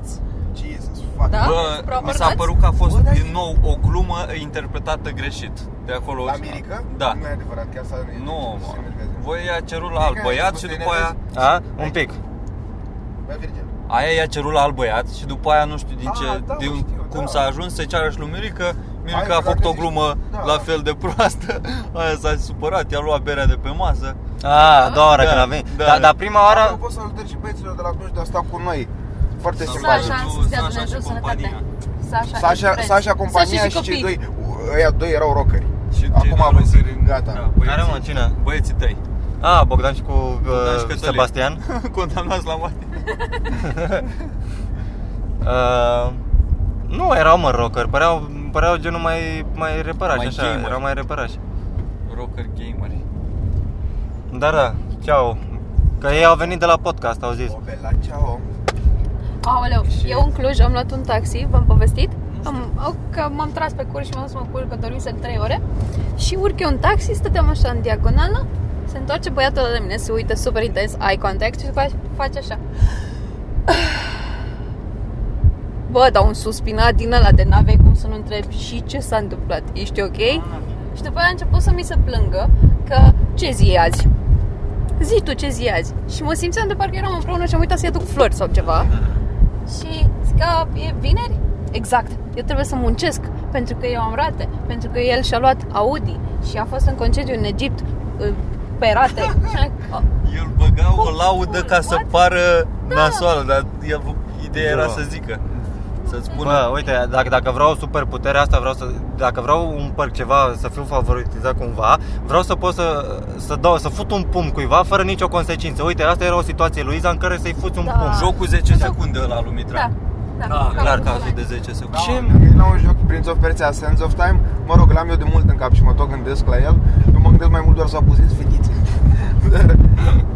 S2: Jesus, fuck.
S3: Da?
S1: Bă, mi s-a
S3: supraapărnați?
S1: părut că a fost
S2: Bă, da,
S1: din
S2: e-
S1: nou o glumă interpretată greșit De acolo
S2: La Mirica?
S1: Da
S2: Nu e adevărat, chiar s-a
S1: Nu,
S2: se
S1: mă.
S2: enervează.
S1: Voi i-a cerut la
S2: Mirica
S1: alt
S2: a
S1: băiat
S2: început
S1: și
S2: să
S1: după aia
S4: A? Un pic.
S2: Bă, Virgil.
S1: Aia i-a cerut la alt băiat și după aia nu știu din
S2: Ah,
S1: ce,
S2: da,
S1: din
S2: mă, știu,
S1: cum
S2: da.
S1: s-a ajuns să ceară și lui Mirica
S2: Hai,
S1: Mirica a
S2: dacă
S1: făcut o
S2: zici-
S1: glumă
S2: da.
S1: la fel de proastă Aia s-a supărat, i-a luat berea de pe masă
S4: A, a doua oară
S1: Da,
S4: când a venit.
S1: da.
S4: Da, dar prima oară...
S2: Apropo, salutări și băieților de la Cluj de a sta cu noi. Foarte simpatic.
S3: Sasha,
S1: Salut,
S3: să stea
S1: Sasha
S3: Dumnezeu
S1: și
S3: sănătate.
S1: compania.
S3: Sasha,
S2: Sasha,
S3: and friends.
S2: Sasha compania
S3: Sasha
S2: și, cei
S3: copii.
S2: doi, ăia doi erau rockeri.
S1: și
S2: Acum
S1: cei
S2: voi
S1: doi
S2: fi
S1: rockeri-
S2: gata.
S1: da, băieții-
S4: Care mă, cine?
S1: Băieții tăi
S4: A, Bogdan și cu uh,
S1: și Cătălin.
S4: Sebastian.
S1: Condamnați la moarte
S4: Uh, nu erau mă rocker, păreau, păreau genul mai, mai repărași,
S1: Mai
S4: așa,
S1: gamer.
S4: erau mai repărași.
S1: Rocker gameri
S4: Dar da, ceau. Că ei au venit de la podcast, au zis.
S2: O, bella, ciao.
S3: Aoleu,
S1: Și-
S3: eu în Cluj am luat un taxi, v-am povestit? Am, au- că m-am tras pe cur și m-am dus să mă culc, că dormise 3 ore Și urc eu în taxi, stăteam așa în diagonală Se întoarce băiatul ăla la mine, se uită super intens, eye contact și după aceea face așa Bă, dar un suspinat din ăla de n-avei cum să nu întreb și ce s-a întâmplat, ești ok? Și după aia a început să mi se plângă că ce zi e azi? Zi tu ce zi e azi? Și mă simțeam de parcă eram împreună și am uitat să-i aduc flori sau ceva și zic că e vineri? Exact. Eu trebuie să muncesc pentru că eu am rate, pentru că el și-a luat Audi și a fost în concediu în Egipt uh, pe rate. Și am zis, "Oh,
S1: El băga o
S3: Cum?
S1: laudă
S3: Cum?
S1: ca să
S3: What?
S1: pară
S2: Da.
S1: nasoală, dar el, ideea era
S4: Da.
S1: să zică.
S2: Da.
S1: Să-ți spună.
S4: Bă, uite, dacă, dacă vreau super putere asta, vreau să, dacă vreau un perk ceva, să fiu favoritizat cumva, vreau să pot să, să dau, să fut un pumn cuiva fără nicio consecință. Uite, asta era o situație, Luiza, în care să-i fuți un
S3: Da.
S4: pumn.
S1: joc cu 10 secunde la lui Mitra.
S3: Da, da,
S1: Da,
S3: da,
S1: clar cazul de 10 secunde.
S4: Ce?
S2: Da, E la un joc Prince of Persia Sands of Time Mă rog, l-am eu de mult în cap și mă tot gândesc la el Eu mă gândesc mai mult doar să abuzez fetițe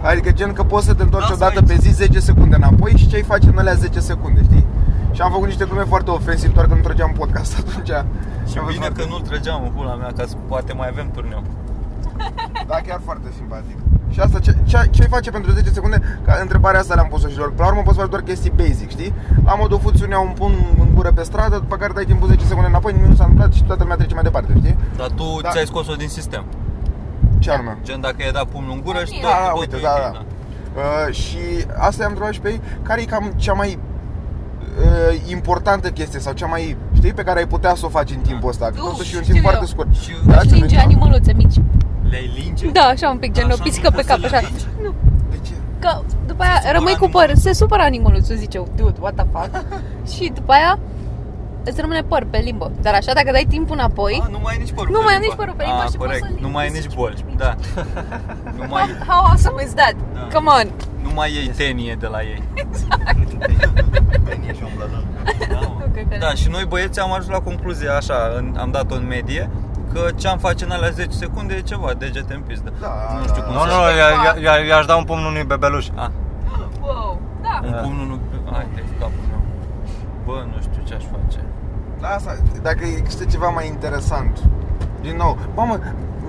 S2: Adică gen că poți să te întorci o
S1: Lasă
S2: dată
S1: aici.
S2: pe zi 10 secunde înapoi Și ce-ai face în alea 10 secunde, știi? Și am făcut niște glume foarte ofensive Doar că nu trăgeam podcast atunci
S1: Și
S2: Am fost
S1: bine
S2: foarte-
S1: că nu-l trăgeam în pula mea, ca să poate mai avem turneu.
S2: Da, chiar foarte simpatic. Și asta, ce, ce, ce face pentru 10 secunde? Ca întrebarea asta le-am pus-o și lor. Până la urmă poți face doar chestii basic, știi? La modul funcțiunea un pun în gură pe stradă, după care dai timpul 10 secunde înapoi, nimic nu s-a întâmplat și toată lumea trece mai departe, știi?
S1: Dar tu
S2: Da.
S1: ți-ai scos-o din sistem.
S2: Ce anume?
S1: Gen, dacă i-ai dat pumnul în gură și
S3: Da,
S1: tot,
S2: da,
S1: tot
S2: uite,
S1: e
S2: da,
S1: ok,
S2: da. Uh, și asta i-am întrebat și pe ei, care e cam cea mai uh, importantă chestie sau cea mai, știi, pe care ai putea să o faci în timpul ăsta. Că
S3: Uf,
S2: totuși e un
S3: Da. știu
S2: timp foarte
S3: eu.
S2: scurt.
S1: Și
S2: Da,
S3: Și
S2: ce
S3: linge
S2: mergeam?
S3: animăluțe mici.
S1: le-ai linge?
S3: Da, așa un pic, gen o
S1: Așa,
S3: pisică
S1: nu
S3: pe
S1: poți
S3: cap,
S1: să le
S3: așa.
S1: lingi?
S3: Nu,
S2: De ce?
S3: că după aia
S1: supără
S3: rămâi cu păr,
S1: animalul.
S3: se supără animăluțul, zice, "Oh, dude, what the fuck. și după aia îți rămâne păr pe limbă. Dar așa, dacă dai timp înapoi,
S1: A, Ah, nu mai ai nici părul
S3: Păi? Nu
S1: pe
S3: mai am
S1: limba.
S3: nici părul păi pe limba
S1: A,
S3: și pot
S1: corect.
S3: să-l
S1: Nu mai ai
S3: limbesc
S1: nici
S3: și
S1: boli,
S3: mici.
S1: da. nu, mai,
S3: how awesome is that?
S1: Da.
S3: Come on!
S1: nu mai iei tenie de la ei.
S3: Exact. Nu cred că
S1: Da, și noi băieți am ajuns la concluzia așa, în, am dat-o în medie, că ce am face în alea 10 secunde e ceva, degete în pizdă.
S2: Da,
S1: nu știu
S2: da.
S1: cum
S4: Nu,
S1: să...
S4: nu, eu- eu- eu- eu aș da un pumn unui bebeluș.
S1: A,
S3: Wow, da.
S1: un
S4: Da.
S1: pumn nu... Hai, de capul meu. Bă, nu știu ce aș face.
S2: Da, asta, dacă există ceva mai interesant Din nou, mamă,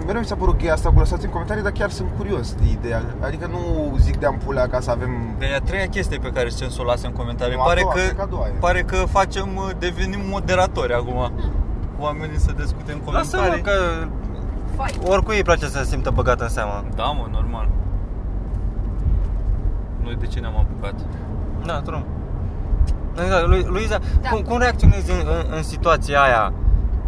S2: mereu mi s-a părut cheia asta, vă lăsați în comentarii, dar chiar sunt curios de ideea Adică nu zic de-am pulea ca să avem...
S1: Că e a treia chestie pe care Scen să o lasă în comentarii.
S2: Nu, a
S1: Pare
S2: doua, cred că
S1: că,
S2: a doua e.
S1: pare că facem, uh, devenim moderatori acum. Oamenii să discute în
S4: Lasă-mă
S1: comentarii.
S4: că
S3: Fai.
S4: oricui îi place să se simtă băgat în seamă.
S1: Da, mă, normal. Noi de ce ne-am apucat?
S4: Da, tu nu. Exact, Lu- Luiza,
S3: Da.
S4: cum, cum reacționezi în, în, în situația aia?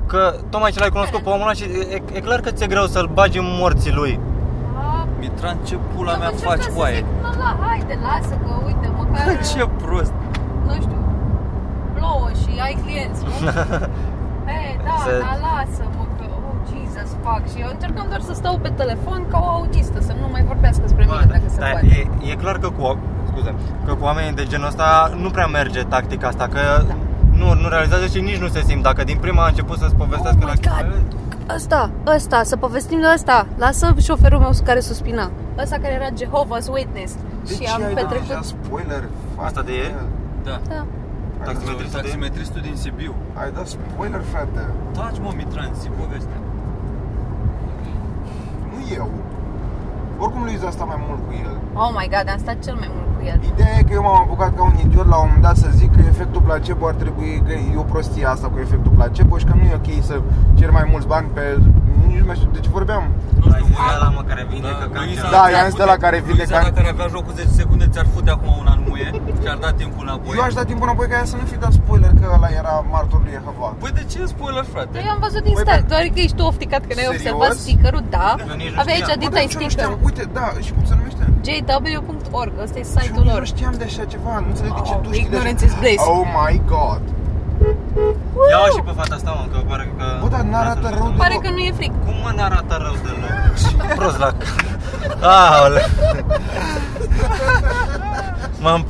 S4: Că tocmai ce l-ai cunoscut
S3: Care?
S4: pe omul ăla și e, e clar că ți-e greu să-l bagi în morții lui.
S3: Da.
S1: Mitran, ce pula mea faci cu aia?
S3: Nu, la, haide, lasă că, uite, măcar,
S1: Ce prost!
S3: nu știu, plouă și ai clienți, nu? Ei, da,
S4: Se-
S3: dar lasă-mă că, oh, Jesus, fuck. Și eu încercam doar să stau pe telefon ca o autistă, să nu mai vorbească despre mine,
S4: da,
S3: dacă se
S4: Dar
S3: poate.
S4: e, e clar că cu, scuze, că cu oamenii de genul ăsta nu prea merge tactica asta, că
S3: Da.
S4: nu, nu realizează și nici nu se simt. Dacă din prima a început să-ți
S3: Oh
S4: povestească
S3: my
S4: la
S3: god, Asta, asta, să povestim de asta. Lasă șoferul meu care suspina. Ăsta care era Jehovah's Witness.
S2: De
S3: și
S2: ce
S3: am
S2: ai dat
S3: petrecut...
S2: deja spoiler? frate?
S4: Asta de ieri?
S1: Da.
S3: Da.
S4: Taximetristul de-
S1: Taximetristul din Sibiu.
S2: Ai dat spoiler, frate.
S1: Taci, mă, Mitran, zi povestea.
S2: Nu eu. Oricum lui a stat mai mult cu el.
S3: Oh my god, am stat cel mai mult cu el.
S2: Ideea e că eu m-am apucat ca un idiot la un moment dat să zic că efectul placebo ar trebui, că e o prostie asta cu efectul placebo și că nu e ok să ceri mai mulți bani pe... Nici nu mai știu de ce vorbeam.
S1: Nu
S4: Ai zis ăla, mă, care vine că cam
S1: Luisa,
S4: ceva.
S2: Da,
S1: dacă
S2: i-am
S1: ar
S2: zis de la
S1: putea-
S2: care vine
S1: Luisa,
S2: ca-
S1: dacă ar avea jocul 10 secunde, ți-ar fute acum un an muie și ar da timpul înapoi.
S2: Eu aș da timpul înapoi ca ea să nu fi dat spoiler că ăla era martorul lui Jehova.
S1: Păi de ce spoiler, frate?
S3: Păi Eu am văzut din
S2: Băi,
S3: start,
S2: Păi, bă-
S3: doar că ești tu ofticat că n-ai
S2: Serios?
S3: observat stickerul, da.
S4: Eu nici nu
S3: Avea
S4: știam.
S3: aici
S2: Bă, dar
S3: detail
S2: nici eu nu știam.
S3: sticker
S2: Uite, da, și cum se numește?
S3: jw.org, ăsta e
S2: Și eu
S3: site-ul
S2: nici nu
S3: lor.
S2: știam de așa ceva, nu înțeleg de ce
S3: Oh,
S2: tu știi de așa-
S3: ignorance is bliss.
S2: Oh my god.
S4: Ia-o și pe fata asta, mă, că pare că...
S2: Bă, dar n-arată rău de-
S3: Pare că nu e fric.
S4: Cum mă n-arată rău deloc? Ce prost la cap. Aole. M-am...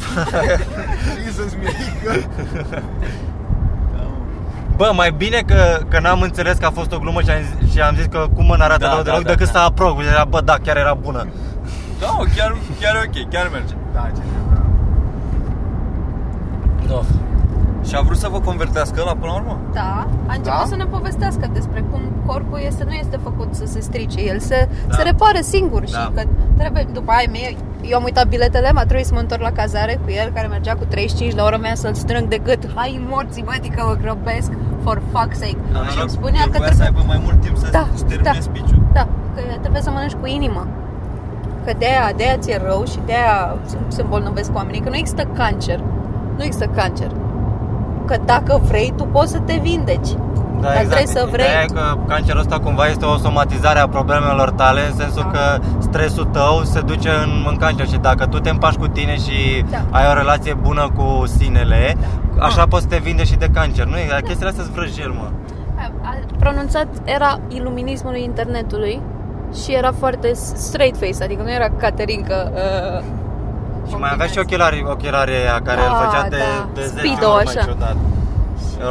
S2: Jesus, Mirica.
S4: Bă, mai bine că, că n-am înțeles că a fost o glumă și am zis, și am zis că cum mă n-arată
S1: Da, da,
S4: rău deloc
S1: da,
S4: decât
S1: da.
S4: să aprop. Era, bă, da, chiar era bună.
S1: Da, mă, chiar, chiar e ok, chiar merge.
S2: Da, ce da.
S1: Da. Și a vrut să vă convertească la până la urmă?
S3: Da, a început
S2: Da?
S3: să ne povestească despre cum corpul este, nu este făcut să se strice, el se,
S2: Da.
S3: se repară singur și
S4: Da.
S3: că trebuie, după aia mie, eu am uitat biletele, m-a trebuit să mă întorc la cazare cu el, care mergea cu 35 la ora mea să-l strâng de gât, hai morții, băti că mă grăbesc, for fuck's sake.
S1: Da,
S3: și
S1: da,
S3: îmi spunea
S1: el
S3: că
S1: voia să
S3: trebuie,
S1: aibă mai mult timp să
S3: Da,
S1: da, termine
S3: da.
S1: da. speech-ul.
S3: da, că trebuie să mănânci cu inimă. Că de-aia, de-aia ți-e rău și de-aia se- se îmbolnăvesc oamenii, că nu există cancer. Nu există cancer. Că dacă vrei, tu poți să te vindeci.
S4: Da,
S3: Dar trebuie să vrei.
S4: Ideea e că cancerul ăsta cumva este o somatizare a problemelor tale, în sensul
S3: Da.
S4: că stresul tău se duce în, în cancer și dacă tu te împaci cu tine și
S3: Da. Ah.
S4: ai o relație bună cu sinele, așa poți să te vinde și de cancer. Nu e da. chestiile astea sunt vrăjel, mă.
S3: A, a pronunțat era iluminismului internetului și era foarte straight face, adică nu era Caterinca. Uh,
S4: Și mai avea și ochelari, ochelari aia care
S3: Da,
S4: îl făcea de,
S3: da.
S4: de 10
S3: Speedo,
S4: ori
S3: așa.
S4: mai ciudat.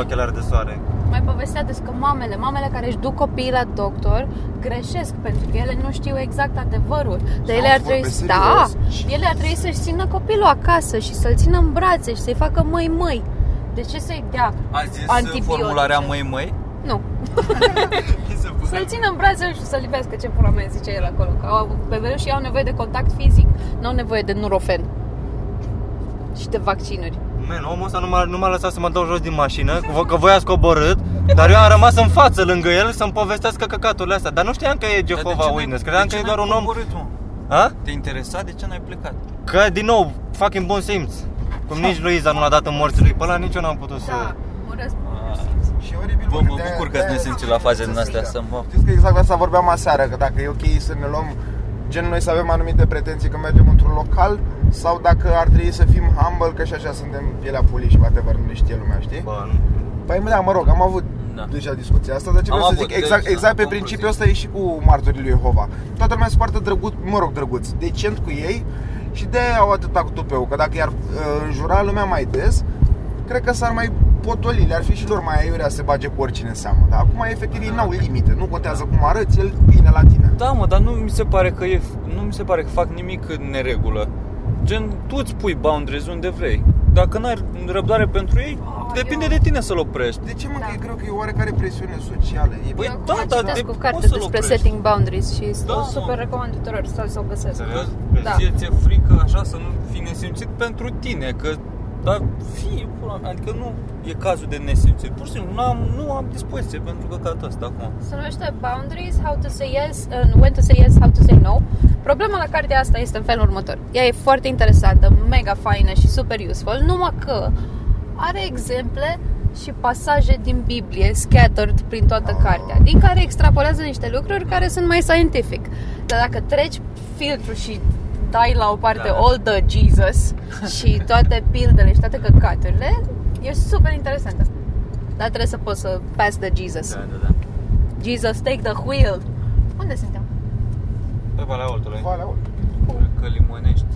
S4: Ochelari de soare.
S3: Mai povestea despre că mamele, mamele care își duc copiii la doctor, greșesc pentru că ele nu știu exact adevărul. Dar ele ar
S2: vorbe
S3: trebui să...
S2: serios.
S3: Da,
S2: Jesus.
S3: ele ar trebui să-și țină copilul acasă și să-l țină în brațe și să-i facă măi măi. De ce să-i dea?
S1: A zis
S3: Antibiotice.
S1: formularea măi măi?
S3: Nu.
S1: Se pune-
S3: Să-l țină în brațe și să-l lipească ce pula mea zice el acolo. Că au bebelușii au nevoie de contact fizic, nu au nevoie de nurofen și de vaccinuri.
S4: Man, omul ăsta nu m-a, nu m-a lăsat să mă dau jos din mașină, că vo- că voi ați coborât, dar eu am rămas în față lângă el să-mi povestească căcaturile astea. Dar nu știam că e
S1: Dar Da, de
S4: Jehova
S1: ce n-ai-
S4: Witness,
S1: de
S4: credeam
S1: ce
S4: că e
S1: n-ai
S4: doar un om...
S1: coborât, mă?
S4: A?
S1: Te interesa de ce n-ai plecat?
S4: Că, din nou, fucking bun simț. Cum nici Luiza nu l-a dat în morții lui, pe ăla nici eu n-am putut să...
S3: Da, urăsc.
S2: Și e oribil,
S1: Bă, mă
S2: de-aia-
S1: bucur că
S2: de-aia-
S1: ne simți la faze din
S2: să
S1: astea,
S2: strigă.
S1: să mă-
S2: Știți că exact asta vorbeam aseară, că dacă e ok să ne luăm Gen noi să avem anumite pretenții când mergem într-un local Sau dacă ar trebui să fim humble Că și așa suntem pielea pulii și whatever Nu ne știe lumea, știi?
S4: Bă, nu.
S2: Păi mă, da, mă rog, am avut
S1: Da.
S2: da. deja discuția asta, dar ce
S1: Am
S2: vreau să
S1: avut,
S2: zic, exact,
S1: deci,
S2: exact pe
S1: da,
S2: principiul
S1: concluzie.
S2: ăsta e și cu martorii lui Jehova. Toată lumea se poartă drăguț, mă rog, drăguț, decent cu ei și de aia au atâta cu tupeu, că dacă i-ar uh, înjura lumea mai des, cred că s-ar mai potoli, le-ar fi și lor mai aiurea să se bage cu oricine în seamă. Dar acum, efectiv, ei n-au limite, nu contează cum arăți, el vine la tine.
S1: Da, mă, dar nu mi se pare că e, nu mi se pare că fac nimic în neregulă. Gen, tu îți pui boundaries unde vrei. Dacă n-ai răbdare pentru ei,
S3: Ah,
S1: depinde
S3: eu-
S1: de tine să-l oprești.
S2: De ce mă,
S3: Da.
S2: că e greu că e oarecare presiune socială? E
S1: Păi
S3: Eu acum
S1: da, dar
S3: citesc
S1: de-
S3: o
S1: poți
S3: carte
S1: să-l
S3: despre
S1: oprești.
S3: setting boundaries și
S1: Da,
S3: o
S1: mă.
S3: super recomand tuturor să să o găsesc.
S1: Că
S3: Da.
S1: ție ți-e frică așa să nu fii nesimțit pentru tine, că dar fi, pula mea, adică nu e cazul de nesimțit. Pur și simplu, nu am, nu am dispoziție pentru căcatul ăsta acum.
S3: Se numește Boundaries, How to Say Yes and When to Say Yes, How to Say No. Problema la cartea asta este în felul următor. Ea e foarte interesantă, mega faină și super useful, numai că are exemple și pasaje din Biblie scattered prin toată cartea, din care extrapolează niște lucruri care sunt mai scientific. Dar dacă treci filtrul și dai la o parte
S4: Da.
S3: all the Jesus și toate pildele și toate căcaturile, e super interesant asta. Dar trebuie să poți să pass the Jesus.
S4: Da, da, da.
S3: Jesus, take the wheel! Unde suntem?
S4: Pe eh. Valea Oltului.
S2: Valea, o-
S1: Că limonești.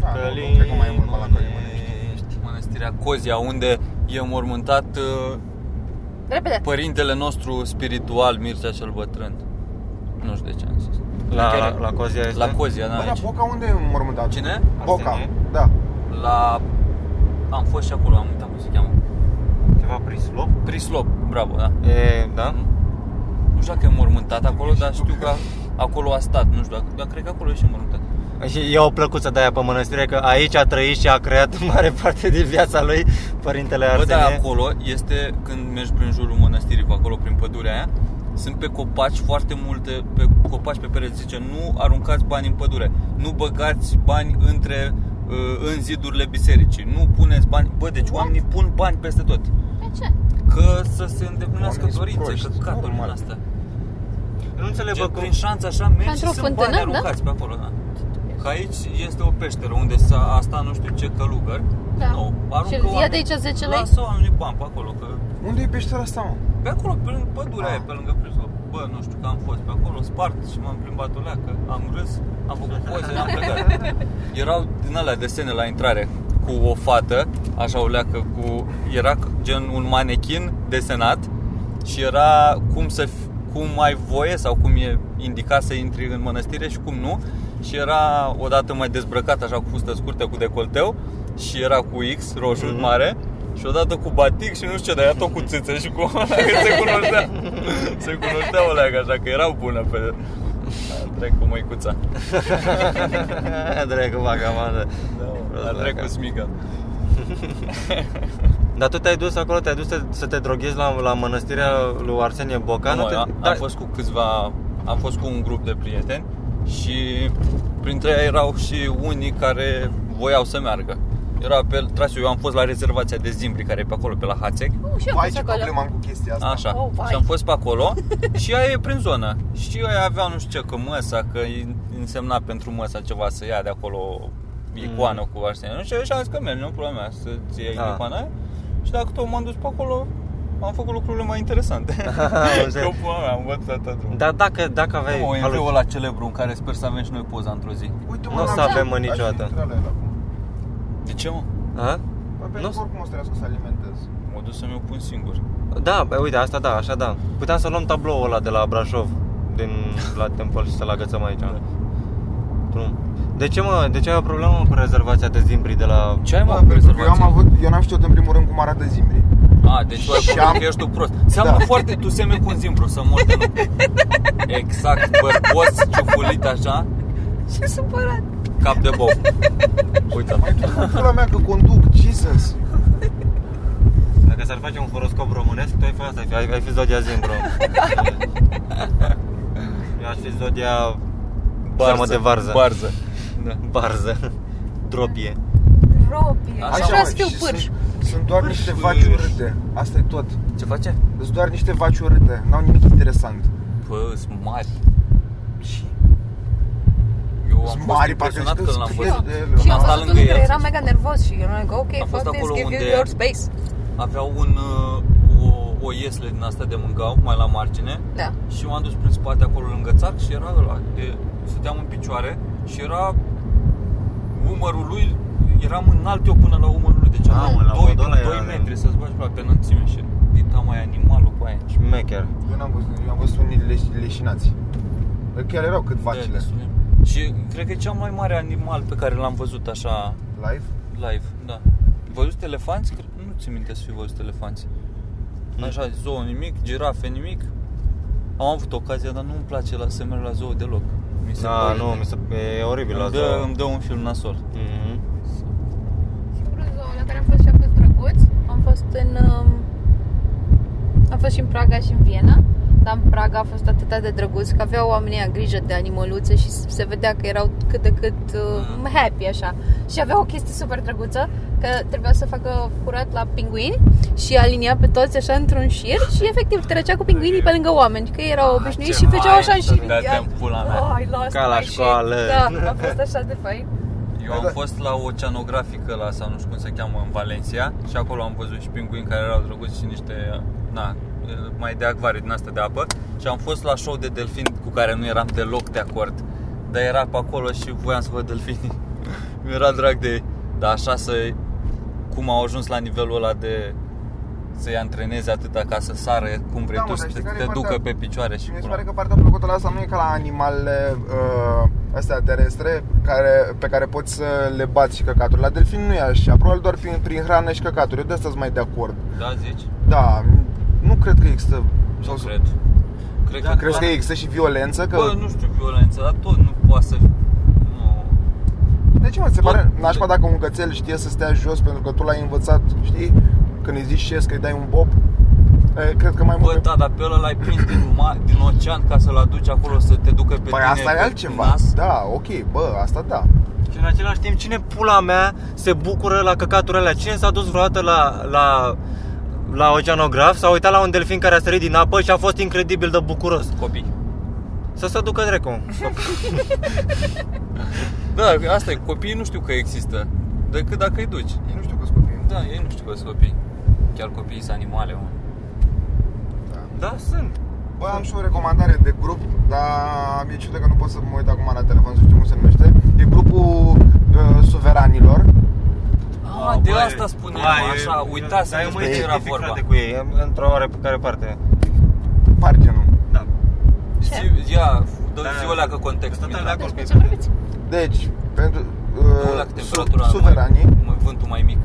S2: da, nu, nu, cred că mai e mult pe la Călimănești.
S1: Mănăstirea Cozia, unde e înmormântat uh,
S3: Repede.
S1: Părintele nostru spiritual, Mircea cel Bătrân. Nu știu de ce am zis.
S4: La,
S1: Chiar-
S4: la, la Cozia este?
S1: la Cozia, da,
S2: Bă, dar
S1: aici.
S2: Boca unde e mormântat?
S1: Cine?
S2: Boca,
S4: Arsenal.
S2: da.
S1: La... Am fost și acolo, am uitat cum se cheamă.
S4: Ceva prislop?
S1: Prislop, bravo, da.
S4: E, da?
S1: Nu știu dacă e mormântat acolo, dar știu că acolo a stat, nu știu dacă, dar cred că acolo e și mormântat.
S4: Hmm? Și e o plăcuță de aia pe mănăstire că aici a trăit și a creat mare parte din viața lui Părintele
S1: Bă, da,
S4: Arsenie.
S1: dar acolo este, când mergi prin jurul mănăstirii, pe acolo, prin pădurea aia, sunt pe copaci foarte multe, pe copaci pe pereți, zice, nu aruncați bani în pădure, nu băgați bani între, uh, în zidurile bisericii, nu puneți bani, bă, deci oamenii pun bani peste tot,
S3: De ce?
S1: că să se îndeplinească
S2: Oamenii sunt
S1: dorințe,
S2: proști,
S1: că capul
S2: normal.
S1: din asta.
S4: Nu înțeleg, bă,
S1: Gen,
S4: cum...
S1: prin șanță așa mergi și
S3: într-o
S1: sunt
S3: fântână,
S1: bani
S3: da?
S1: aruncați pe acolo, da. Că aici este o peșteră unde s-a, a stat nu știu ce călugări.
S3: Da.
S1: Nu, aruncă
S3: Și îl ia de
S1: oamenii-
S3: aici 10 lei?
S1: Lasă oamenii bani pe acolo, că
S2: Unde e peștera asta, mă?
S1: Pe acolo, prin pădurea
S2: Ah.
S1: aia, pe lângă Prizov. Bă, nu știu că am fost pe acolo, spart și m-am plimbat o leacă, am râs, am făcut poze, am plecat. Erau din alea desene la intrare cu o fată, așa o leacă cu... Era gen un manechin desenat și era cum să fi- cum ai voie sau cum e indicat să intri în mănăstire și cum nu și era odată mai dezbrăcat așa cu fustă scurtă cu decolteu și era cu X roșu
S4: Mhm.
S1: mare și odată cu batic și nu știu ce, dar era tot cu țâță și cu că se cunoștea. se cunoștea o leagă așa că erau bună pe a trec cu măicuța.
S4: Dracu, vagabandă.
S1: Da, trec cu smiga.
S4: Dar tu te-ai dus acolo, te-ai dus să, să te droghezi la, la mănăstirea lui Arsenie Boca?
S1: Nu,
S4: te...
S1: am,
S4: da,
S1: am fost cu câțiva, am fost cu un grup de prieteni și printre ei erau și unii care voiau să meargă. Era pe traseu, eu am fost la rezervația de Zimbri care e pe acolo, pe la Hațec.
S3: Uh, și eu
S2: Vai,
S3: pus
S2: ce
S3: acolo.
S2: problemă am cu chestia asta.
S1: Așa.
S3: Oh, vai.
S1: și am fost pe acolo și aia e prin zonă. Și eu aveau nu știu ce, că măsa, că îi însemna pentru măsa ceva să ia de acolo o icoană mm. cu Arsenia. Și eu și am zis că merg, nu problema mea, să-ți iei
S4: Da.
S1: icoana aia. Și dacă tot m-am dus pe acolo, am făcut lucrurile mai interesante.
S4: Am înțeles.
S1: Scopul meu, am învățat drumul.
S4: dar dacă, dacă aveai...
S1: Mă,
S4: Alu-
S1: interviul ăla celebru în care sper să avem și noi poza într-o zi.
S2: Uite,
S4: Nu o să
S2: n-am-
S4: avem, mă,
S2: Aș fi
S4: niciodată.
S2: dintre alea, la cum.
S1: De ce, mă?
S4: A?
S2: Bă,
S4: Nu o
S2: Pentru
S4: să-
S2: că oricum o să trească să alimentez.
S1: Mă duc să-mi o pun singur.
S4: Da, bă, uite, asta da, așa da. Puteam să luăm tabloul ăla de la Brașov, din la Temple și să-l agățăm aici. Drum. De ce, mă, de ce ai o problemă cu rezervația de zimbri de la...
S1: Ce ai, mă,
S2: Da,
S1: cu
S2: pentru că eu am
S1: rezervația?
S2: avut, eu n-am știut în primul rând cum arată Zimbri.
S1: A, deci tu ai
S2: Și
S1: făcut
S2: am-
S1: că ești tu prost. Seamănă
S2: Da.
S1: foarte, tu semeni cu un zimbru, să mor de nu. Exact, bărbos, ciufulit așa,
S3: Ce supărat.
S1: cap de bou. Uite,
S2: Mai tu, cu pula mea că conduc, Jesus.
S4: Dacă s-ar face un horoscop românesc, tu ai fi asta, ai fi, ai, ai fi zodia zimbru. eu aș fi zodia... Seamă de varză.
S1: Barză. Da.
S4: Barză. Dropie.
S3: Robi.
S1: Așa,
S3: Aș vrea
S2: mă,
S3: să fiu
S2: și
S3: pârș.
S2: Sunt, sunt doar niște
S1: Pârș.
S2: vaci urâte. Asta e tot.
S1: Ce face?
S2: Sunt doar niște vaci urâte. N-au nimic interesant.
S1: Bă, sunt mari.
S2: Și
S1: Eu am
S2: sunt
S1: fost
S2: mari, parcă
S1: impresionat
S2: zici
S1: că l-am
S2: sunt
S1: văzut.
S2: de ele.
S3: Și eu am
S1: stat
S3: văzut
S1: lângă
S3: unul care
S1: el,
S3: era
S1: să
S3: mega nervos și eu am like, ok,
S1: Am fost
S3: fuck this,
S1: acolo
S3: give you
S1: unde-
S3: your space.
S1: Aveau un, uh, o, o iesle din asta de mâncau, mai la margine,
S3: Da.
S1: Și m-am dus prin spate acolo lângă țac și era ăla de, Stăteam în picioare și era umărul lui Eram înalt eu până la umărul lui Deci
S4: Mamă, Ah, la
S1: aveam 2,
S4: modul ăla era
S1: 2
S4: de-
S1: metri să-ți bagi pe înălțime Și dita mai animalul cu aia
S4: Șmecher.
S2: Eu n-am văzut, eu am văzut unii leș, leșinați. Chiar erau cât
S1: De-
S2: vacile.
S1: destul de- Și cred că e cea mai mare animal pe care l-am văzut așa
S2: Live?
S1: live da. Văzut elefanți? Cred- Nu ți minte să fi văzut elefanți
S4: Mm.
S1: Așa, zoo nimic, girafe nimic Am avut ocazia, dar nu-mi place la, să merg la zoo deloc mi se
S4: Da,
S1: pare-
S4: nu, mi se, e oribil
S1: Îmi
S4: asta.
S1: dă, îmi dă un film nasol.
S4: Mhm.
S3: Singurul zoo la care am fost și a fost drăguț. Am fost în... um, Am fost și în Praga și în Viena. Dar în Praga a fost atât de drăguț că aveau oamenii aia grijă de animăluțe și se vedea că erau cât de cât
S4: Ah.
S3: uh, happy așa. Și avea o chestie super drăguță că trebuia să facă curat la pinguini și alinia pe toți așa într-un șir și efectiv trecea cu pinguinii pe lângă oameni, că ei erau
S4: Ah,
S3: obișnuiți
S4: ce
S3: și făceau
S4: mai
S3: așa și...
S1: dădea în pula mea.
S3: Oh, I lost
S4: Ca la
S3: my shit.
S4: școală.
S3: Da, a fost așa de fain.
S1: Eu
S2: Da.
S1: am fost la oceanografică la sau nu știu cum se cheamă în Valencia și acolo am văzut și pinguini care erau drăguți și niște na, mai de acvariu din asta de apă și am fost la show de delfin cu care nu eram deloc de acord. Dar era pe acolo și voiam să văd delfini. Mi era drag de ei. Dar așa să cum au ajuns la nivelul ăla de să-i antrenezi atâta ca să sară cum vrei
S2: Da,
S1: tu,
S2: mă,
S1: să
S2: dar
S1: te,
S2: știi care
S1: te
S2: e partea-
S1: ducă pe picioare și
S2: Mi se
S1: pula.
S2: pare că partea plăcută la asta nu e ca la animalele uh, astea terestre care, pe care poți să le bați și căcaturi. La delfin nu e așa, probabil doar prin, prin hrană și căcaturi. Eu de asta sunt mai de acord.
S1: Da, zici?
S2: Da, nu cred că există...
S1: Nu
S2: sau-
S1: cred. Cred
S4: Da,
S1: că
S2: Crezi că există și violență? Că...
S1: Bă, nu știu violență, dar tot nu poate să... Nu.
S2: De ce mă, ți se
S1: Bă,
S2: pare
S1: de-
S2: nașpa dacă un cățel știe să stea jos pentru că tu l-ai învățat, știi? Când îi zici șes că îi dai un bob, e, cred că mai mult...
S1: Bă, da, dar pe ăla l-ai prins din, ma- din ocean ca să-l aduci acolo să te ducă pe
S2: Păi
S1: tine
S2: asta e
S1: pe
S2: altceva.
S1: nas.
S2: Da, ok, bă, asta da.
S4: Și în același timp, cine pula mea se bucură la căcaturile alea? Cine s-a dus vreodată la, la, la oceanograf, s-a uitat la un delfin care a sărit din apă și a fost incredibil de bucuros?
S1: Copii.
S4: Să se ducă dracu.
S1: Da, asta e, copiii nu știu că există, decât dacă îi duci.
S2: Ei nu știu că scopii.
S1: Da, ei nu știu că sunt copii. Chiar copiii sunt animale, mă.
S4: Da, sunt.
S2: Bă, am și o recomandare de grup, dar mi-e ciudă că nu pot să mă uit acum la telefon să știu cum se numește. E grupul uh, suveranilor.
S1: Ah, de asta spuneam, așa, uitați-vă
S4: Dar eu mă
S1: despre ce era
S4: identific,
S1: vorba.
S4: frate, cu ei, în- într-o oarecare parte.
S2: Par genul.
S4: Da.
S1: Zi, ia, dă
S4: Da.
S1: zi o că context.
S4: Stăteam
S1: Mitra.
S4: de acord.
S3: Despre ce vorbiți?
S2: Deci, pentru
S1: Nu la
S2: uh,
S1: temperatura
S2: su- suveranii,
S1: mai, vântul mai mic.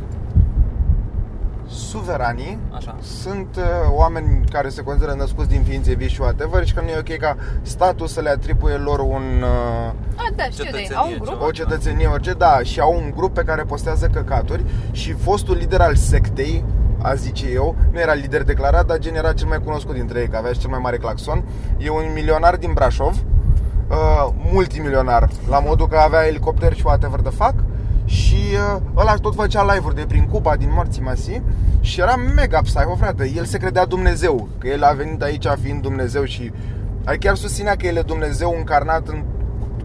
S2: suveranii
S1: Așa.
S2: sunt uh, oameni care se consideră născuți din ființe vii și whatever și că nu e ok ca statul să le atribuie lor un, uh,
S3: A, da, știu de ei. Au un
S1: Cetățenie,
S3: grup?
S1: ceva.
S2: o cetățenie orice, da, și au un grup pe care postează căcaturi și fostul lider al sectei, a zice eu, nu era lider declarat, dar gen era cel mai cunoscut dintre ei, că avea și cel mai mare claxon, e un milionar din Brașov, uh, multimilionar, la modul că avea elicopter și whatever the fuck, și uh, ăla tot făcea live-uri de prin Cuba, din morții masii Și era mega psycho, frate El se credea Dumnezeu Că el a venit aici fiind Dumnezeu și Ai chiar susținea că el e Dumnezeu încarnat în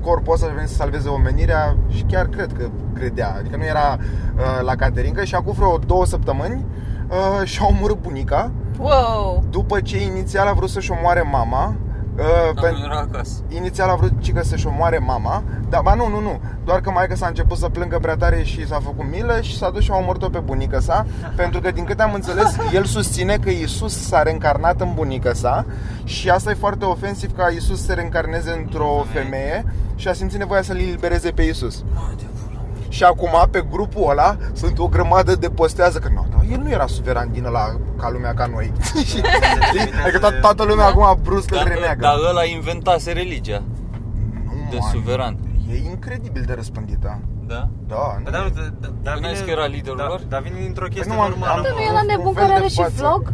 S2: corpul ăsta venit să salveze omenirea și chiar cred că credea. Adică nu era uh, la Caterinca și acum vreo două săptămâni uh, și-a omorât bunica
S3: Wow!
S2: după ce inițial a vrut să-și omoare mama. Uh,
S1: Dar nu era acasă.
S2: Inițial a vrut cică să-și omoare mama Dar ba nu, nu, nu Doar că maica s-a început să plângă prea tare și s-a făcut milă Și s-a dus și a omorât-o pe bunica sa Pentru că din câte am înțeles El susține că Isus s-a reîncarnat în bunica sa Și asta e foarte ofensiv Ca Isus să se reîncarneze într-o femeie Și a simțit nevoia să-l elibereze pe Isus
S1: Mă, de pula. mea.
S2: și acum pe grupul ăla sunt o grămadă de postează că nu, dar el nu era suveran din ăla ca lumea ca noi.
S1: Da,
S2: Știi? adică to- toată lumea acum brusc îl
S1: Dar,
S2: reneagă.
S1: dar ăla inventase religia
S2: Nu,
S1: Da, de
S2: mă,
S1: suveran.
S2: E incredibil de răspândită.
S1: Da?
S2: Da, nu.
S4: Dar nu,
S2: e.
S4: da- da- dar
S1: Spuneai
S4: vine-
S1: că era liderul
S4: da-
S1: lor?
S4: Dar vine dintr-o chestie
S2: nu, am- am-
S4: normală.
S3: Nu
S4: mă.
S3: e la
S2: Un
S3: nebun
S2: fel
S3: care
S2: de
S3: are și
S2: față.
S3: vlog?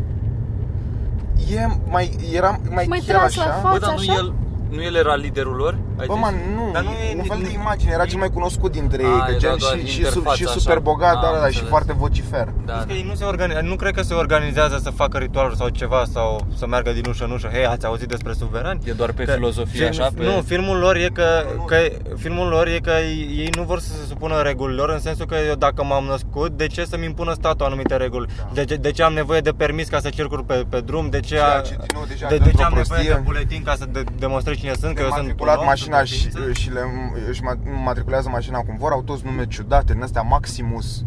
S2: E mai era mai,
S3: Mai
S2: chiar
S3: tras la
S2: așa.
S3: față.
S1: Bă,
S3: Faci
S1: dar nu
S3: așa?
S1: el, nu el era liderul lor? Ai
S2: Bă,
S1: zis?
S2: mă, nu,
S4: Dar nu
S2: e
S4: e
S2: un
S4: nici-
S2: fel de
S4: nici-
S2: imagine, era cel mai cunoscut dintre
S1: A,
S2: ei, că
S1: era
S2: gen
S1: doar
S2: și, și, sub,
S1: interfața
S2: și
S1: așa.
S2: super bogat,
S1: Am
S2: da, da, da, și
S1: înțeles.
S2: foarte vocifer.
S1: Da,
S4: Zici că
S1: da.
S4: ei nu, se organi- nu cred că se organizează să facă ritualuri sau ceva sau să meargă din ușă în ușă. Hei, ați auzit despre suverani?
S1: E doar pe
S4: Că
S1: filozofie,
S4: film-
S1: așa? Pe...
S4: Nu, filmul lor e că, că filmul lor e că ei nu vor să se supună regulilor în sensul că eu dacă m-am născut, de ce să-mi impună statul anumite reguli?
S1: Da.
S4: De, ce, de ce am nevoie de permis ca să circul pe, pe drum? De ce,
S2: Ceea ce, din nou, deja
S4: de,
S2: dă
S4: de ce
S2: într-o
S4: am nevoie
S2: prostie.
S4: de buletin ca să de, demonstrez cine sunt, că
S2: Că
S4: eu sunt un
S2: matriculat
S4: om, sunt
S2: mașina
S4: o
S2: și,
S4: ființă?
S2: și le, își ma- matriculează mașina cum vor, au toți nume ciudate, în astea Maximus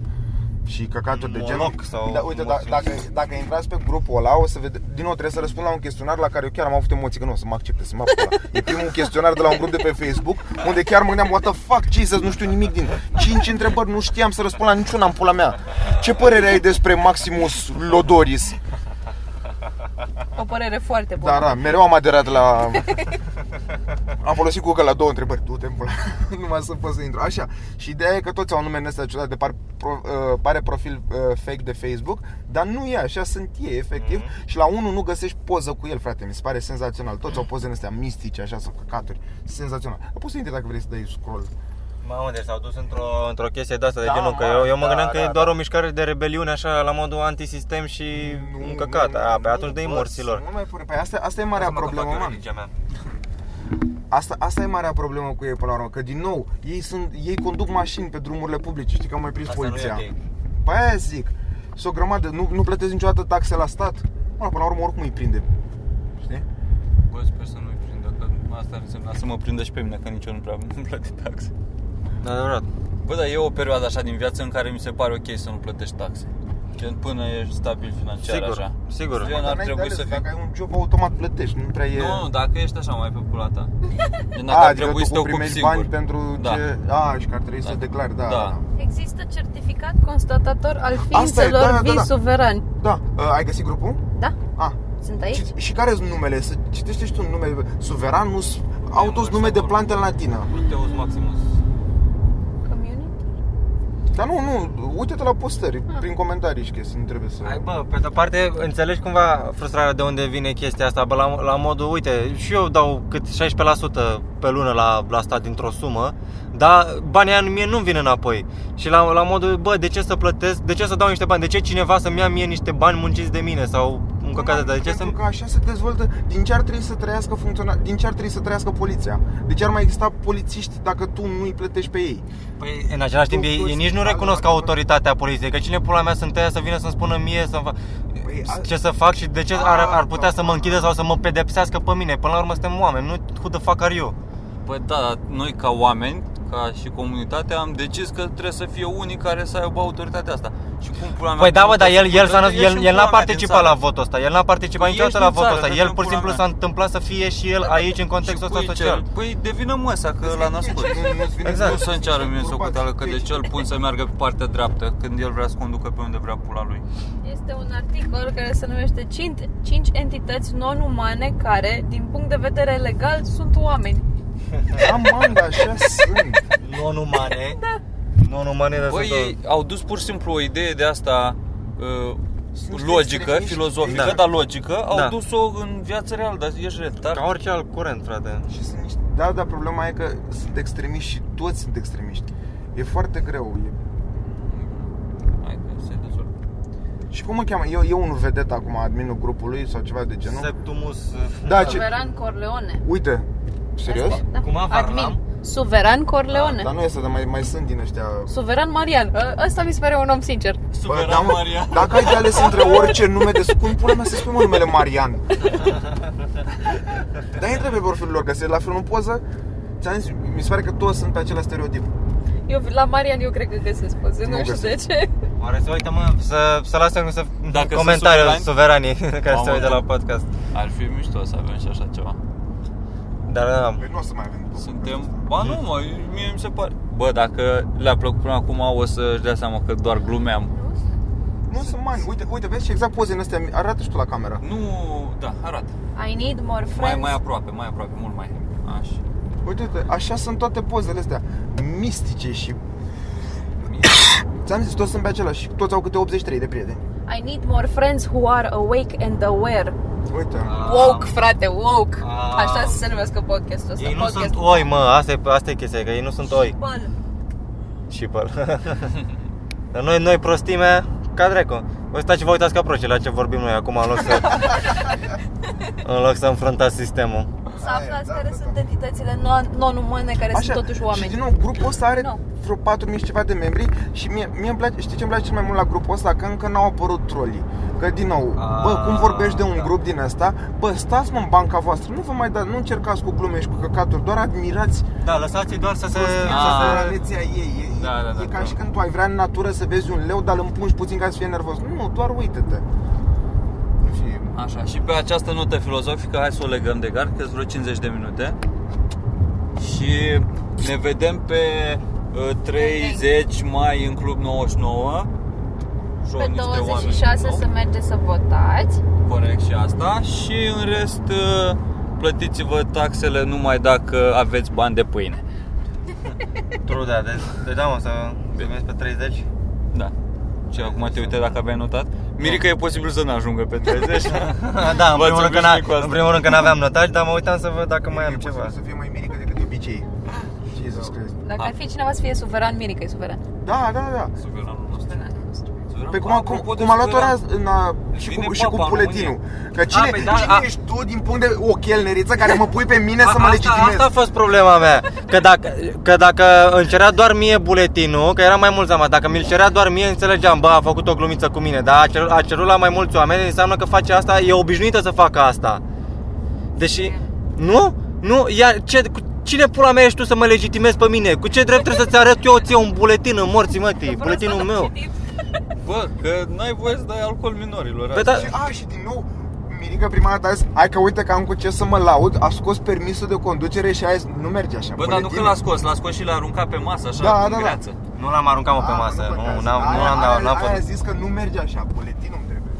S2: și căcaturi de genul.
S4: Moloc sau
S2: da, uite, da,
S4: Maximus.
S2: dacă, dacă intrați pe grupul ăla, o să vede... din nou trebuie să răspund la un chestionar la care eu chiar am avut emoții că nu o să mă accepte, să mă apuc ăla. E primul chestionar de la un grup de pe Facebook, unde chiar mă gândeam, what the fuck, Jesus, nu știu nimic din 5 întrebări, nu știam să răspund la niciuna în pula mea. Ce părere ai despre Maximus Lodoris?
S3: O părere foarte bună.
S2: Da, da, mereu am aderat la... Am folosit Google la două întrebări, du-te în pula mea, numai să pot să intru. Așa, și ideea e că toți au nume în ăsta ciudat, de par, pro, uh, pare profil uh, fake de Facebook, dar nu e așa, sunt ei, efectiv,
S4: Mhm.
S2: și la unul nu găsești poză cu el, frate, mi se pare senzațional. Toți au poze în astea mistice, așa, sau căcaturi, senzațional. Dar Poți să intri dacă vrei să dai scroll.
S4: Mamă, deci s-au dus într-o, într-o chestie de asta, de
S2: Da,
S4: genul că
S2: mă,
S4: eu, eu mă
S2: da,
S4: gândeam că
S2: da,
S4: e doar
S2: da.
S4: o mișcare de rebeliune așa la modul antisistem și
S2: Nu,
S4: un căcat.
S2: nu,
S4: A,
S2: nu,
S4: pe atunci
S2: nu,
S4: dă-i
S2: bă,
S4: morților.
S2: Nu mai pune, păi asta, asta e marea problemă, mă.
S4: mea.
S2: Asta, asta e marea problemă cu ei până la urmă, că din nou, ei, sunt, ei conduc mașini pe drumurile publice, știi că am mai prins
S4: Asta nu e
S2: poliția.
S4: ok.
S2: Păi aia zic, sunt o grămadă, nu, nu plătesc niciodată taxe la stat. Mă, până la urmă oricum îi prinde. Știi?
S1: Bă, sper să nu-i prindă, că asta ar însemna să mă prindă și pe mine, că nici eu nu prea nu plăti taxe.
S4: Da, adevărat.
S1: Bă, dar e o perioadă așa din viață în care mi se pare ok să nu plătești taxe.
S5: Gen până ești stabil financiar
S4: Sigur,
S5: așa.
S4: sigur.
S5: Eu n-ar
S2: Înainte
S5: trebui
S2: de
S5: să
S2: ales,
S5: fii...
S2: Dacă ai un job automat plătești, nu prea e...
S5: Nu, nu, dacă ești așa mai pe pula
S1: da.
S5: ta. Gen
S2: A,
S5: dacă ar
S2: adică
S5: trebui
S2: tu
S5: să te ocupi
S2: primești
S5: singur.
S2: bani pentru
S5: Da.
S2: ce... A, și că ar trebui
S5: Da.
S2: să declari, da.
S5: Da.
S2: da.
S3: Există certificat constatator al
S2: e,
S3: ființelor
S2: da, da,
S3: vii
S2: da.
S3: suverani.
S2: Da, Uh, ai găsit grupul?
S3: Da?
S2: A,
S3: Sunt aici?
S2: și, și care sunt numele? Să citește și tu numele. Suveranus, au toți
S5: așa
S2: nume de
S5: acolo.
S2: plante în latină.
S5: Pluteus Maximus.
S3: Community?
S2: Dar nu, nu, uite-te la postări, prin comentarii și chestii, nu trebuie să...
S4: Hai, bă, pe de parte, înțelegi cumva frustrarea de unde vine chestia asta, bă, la, la modul, uite, și eu dau cât 16% pe lună la, la stat dintr-o sumă, dar banii aia mie nu-mi vin înapoi. Și la, la modul, bă, de ce să plătesc, de ce să dau niște bani, de ce cineva să-mi ia mie niște bani munciți de mine sau un căcat de, dar de ce să
S2: Pentru că așa se dezvoltă din ce ar trebui să trăiască funcționa... din ce ar trebui să trăiască poliția. De ce ar mai exista polițiști dacă tu nu îi plătești pe ei?
S4: Păi, în același timp,
S2: Tu-
S4: ei,
S2: tu-
S4: ei nici nu
S2: altă
S4: recunosc
S2: variantă.
S4: autoritatea poliției, că cine pula mea sunt ăia să vină să-mi spună mie să fac,
S2: Păi, a- da.
S4: ce să fac și de ce ar, ar putea să mă închidă sau să mă pedepsească pe mine. Până la urmă suntem oameni, nu who the fuck are you?
S5: Păi da, dar noi ca oameni, ca și comunitate, am decis că trebuie să fie unii care să aibă autoritatea asta. Și cum pula mea...
S4: Păi da, mă,
S5: cum
S4: dar
S5: puteți
S4: el,
S5: să
S4: el, s-a,
S5: ieși în
S4: el, el
S5: pula
S4: n-a
S5: mea
S4: participat
S5: din
S4: la
S5: țară?
S4: votul ăsta, el n-a participat
S5: Tu
S4: niciodată
S5: ești
S4: la
S5: în
S4: votul
S5: țară,
S4: ăsta,
S5: dă-te
S4: el
S5: în
S4: pur și
S5: pula
S4: simplu
S5: mea.
S4: s-a întâmplat să fie și el aici în contextul ăsta
S5: Și pui
S4: social.
S5: cel- Păi devine măsa că l-a născut.
S2: Nu- nu-ți vine
S4: Exact.
S5: Nu să înceară mie în
S2: Bărbat,
S5: socoteală că de
S2: deci-
S5: ce îl pun să meargă pe partea dreaptă când el vrea să conducă pe unde vrea pula lui.
S3: Este un articol care se numește 5, 5 entități non-umane care, din punct de vedere legal, sunt oameni.
S2: Da, man, dar așa sunt.
S4: Non-umane. Non-umane, dar
S5: Da. Băi,
S4: sunt
S5: ei au dus pur și simplu o idee de asta uh,
S2: niște
S5: logică,
S2: extremiști.
S5: filozofică,
S4: Da.
S5: dar logică, au
S4: Da.
S5: dus-o în viața reală, dar ești
S4: o-
S5: retard.
S4: ca orice alt curent, frate.
S2: Și sunt niște... Da, dar problema e că sunt extremiști și toți sunt extremiști. E foarte greu. E...
S5: Hai că se dezvoltă.
S2: Și cum îl cheamă? E, e un vedet acum, adminul grupului sau ceva de genul?
S4: Septumus...
S2: Da, ce...
S3: Suveran Corleone.
S2: Uite, serios?
S3: Asta e, Da.
S4: Cum a Varlam?
S3: Admin. Suveran Corleone.
S2: Dar nu este, dar mai, mai sunt din ăștia...
S3: Suveran Marian. Ă, Ăsta mi se pare un om sincer.
S5: Super
S2: da, mă,
S5: Maria.
S2: dacă ai de ales între orice nume de spun, pula mea să spui mă numele Marian. Dar intră pe profilul lor, că se la fel în poză. Ți-am zis, mi se pare că toți sunt pe același stereotip.
S3: Eu, la Marian eu cred că găsesc poze, nu,
S2: Nu
S3: știu de ce.
S4: Oare se uită, mă, să, să lasem să
S5: Dacă sunt
S4: comentariul
S5: suverani?
S4: suveranii care se
S5: Mamă,
S4: uită
S5: da.
S4: la podcast.
S5: Ar fi mișto să avem și așa ceva.
S4: Dar da,
S2: Păi nu o să mai avem.
S5: Suntem... Ba nu, mă, mie mi se pare. Bă, dacă le-a plăcut până acum, o să-și dea seama că doar glumeam.
S2: Nu sunt mani. Uite, uite, vezi și exact pozele astea. Arată și tu la cameră.
S5: Nu, da, arată.
S3: I need more
S5: Mai,
S3: friends.
S5: mai aproape, mai aproape, mult mai. Așa.
S2: Uite, uite, așa sunt toate pozele astea. Mistice și... Ți-am zis, toți sunt pe același și toți au câte 83 de prieteni.
S3: I need more friends who are awake and aware.
S2: Uite.
S3: Woke, frate, woke.
S4: Ah.
S3: Așa se numească podcastul ăsta.
S4: ei nu
S3: podcast.
S4: sunt oi, mă, asta e, asta e chestia, că ei nu sunt oi.
S3: Bun.
S4: Șipăl. Dar noi, noi prostime, ca dracu. Voi stați și vă uitați ca proști la ce vorbim noi acum, în loc să... în loc să înfruntați sistemul.
S3: Să
S2: Aia,
S3: aflați
S2: da,
S3: care
S2: da,
S3: sunt entitățile non- non-umane care sunt totuși
S2: Și
S3: oameni.
S2: din nou, grupul ăsta are
S3: Nu.
S2: vreo 4000 și ceva de membri și mie, mie îmi place, știi ce îmi place cel mai mult la grupul ăsta? Că încă n-au apărut trolii. Că din nou,
S4: A,
S2: bă, cum vorbești de un
S4: da.
S2: grup din asta, bă, stați mă în banca voastră, nu vă mai dați, nu încercați cu glume și cu căcaturi, doar admirați
S4: Da, lăsați doar să se...
S5: să se-
S2: rarețea ei. E,
S5: Da, da, da,
S2: e ca
S5: da.
S2: și când tu ai vrea în natură să vezi un leu, dar îl împungi puțin ca să fie nervos. Nu, doar uite-te. Și
S5: Așa, și pe această notă filozofică hai să o legăm de gard, că vreo 50 de minute. Și ne vedem pe uh, 30 mai în Club 99. Joc
S3: Pe
S5: niște oameni
S3: 26
S5: nou,
S3: să mergeți să votați.
S5: Corect și asta. Și în rest uh, plătiți-vă taxele numai dacă aveți bani de pâine.
S4: True, da, deci, deci da, mă, să, să vezi pe 30.
S5: Da. Și acum te uite dacă aveai notat. Mirica e posibil să n-ajungă pe 30.
S4: da,
S5: V-ați
S4: în primul, rând că
S5: obișnuit cu
S4: n-
S5: asta.
S4: în primul rând că n-aveam notaj, dar mă uitam să văd dacă mai
S2: e
S4: am
S2: posibil
S4: ceva.
S2: Să fie mai mirică decât de obicei. Jesus Christ.
S3: Dacă
S5: Ah.
S3: ar fi cineva să fie suveran, Mirica e suveran.
S2: Da, da, da.
S5: Suveranul nostru. Suveranul-
S2: Pe cum, cum, cum a luat ora în, a, și,
S5: Vine
S2: cu, și cu
S5: papa în
S2: buletinul. Că cine,
S5: A, păi da,
S2: cine
S5: a-
S2: ești tu din punct de o chelneriță care mă pui pe mine să mă
S4: A-
S2: legitimez?
S4: Asta, asta a fost problema mea. Că dacă, că dacă îmi cerea doar mie buletinul, că era mai mulți oameni, dacă mi-l cerea doar mie, înțelegeam, bă, a făcut o glumiță cu mine, dar a cerut, a cerut la mai mulți oameni, înseamnă că face asta, e obișnuită să facă asta. Deși, nu? Nu? Iar ce, cu, cine pula mea ești tu să mă legitimezi pe mine? Cu ce drept trebuie să-ți arăt eu ție un buletin în morții mătii? Buletinul meu.
S1: Bă, că n-ai voie să dai alcool minorilor.
S4: Bă,
S1: asta
S4: da-
S1: e.
S2: Și, a, și din nou, Mirica prima dată a zis, hai că uite că am cu ce să mă laud, a scos permisul de conducere și a zis, nu merge așa.
S1: Bă, dar nu că l-a scos, l-a scos și l-a aruncat pe masă, așa,
S2: Da,
S1: da, în
S2: da, da.
S1: greață.
S4: Nu l-am aruncat mă pe masă. Nu, n-am, nu l-am dat, n-am
S2: Aia a
S4: putut.
S2: zis că nu merge așa, buletinul îmi trebuie.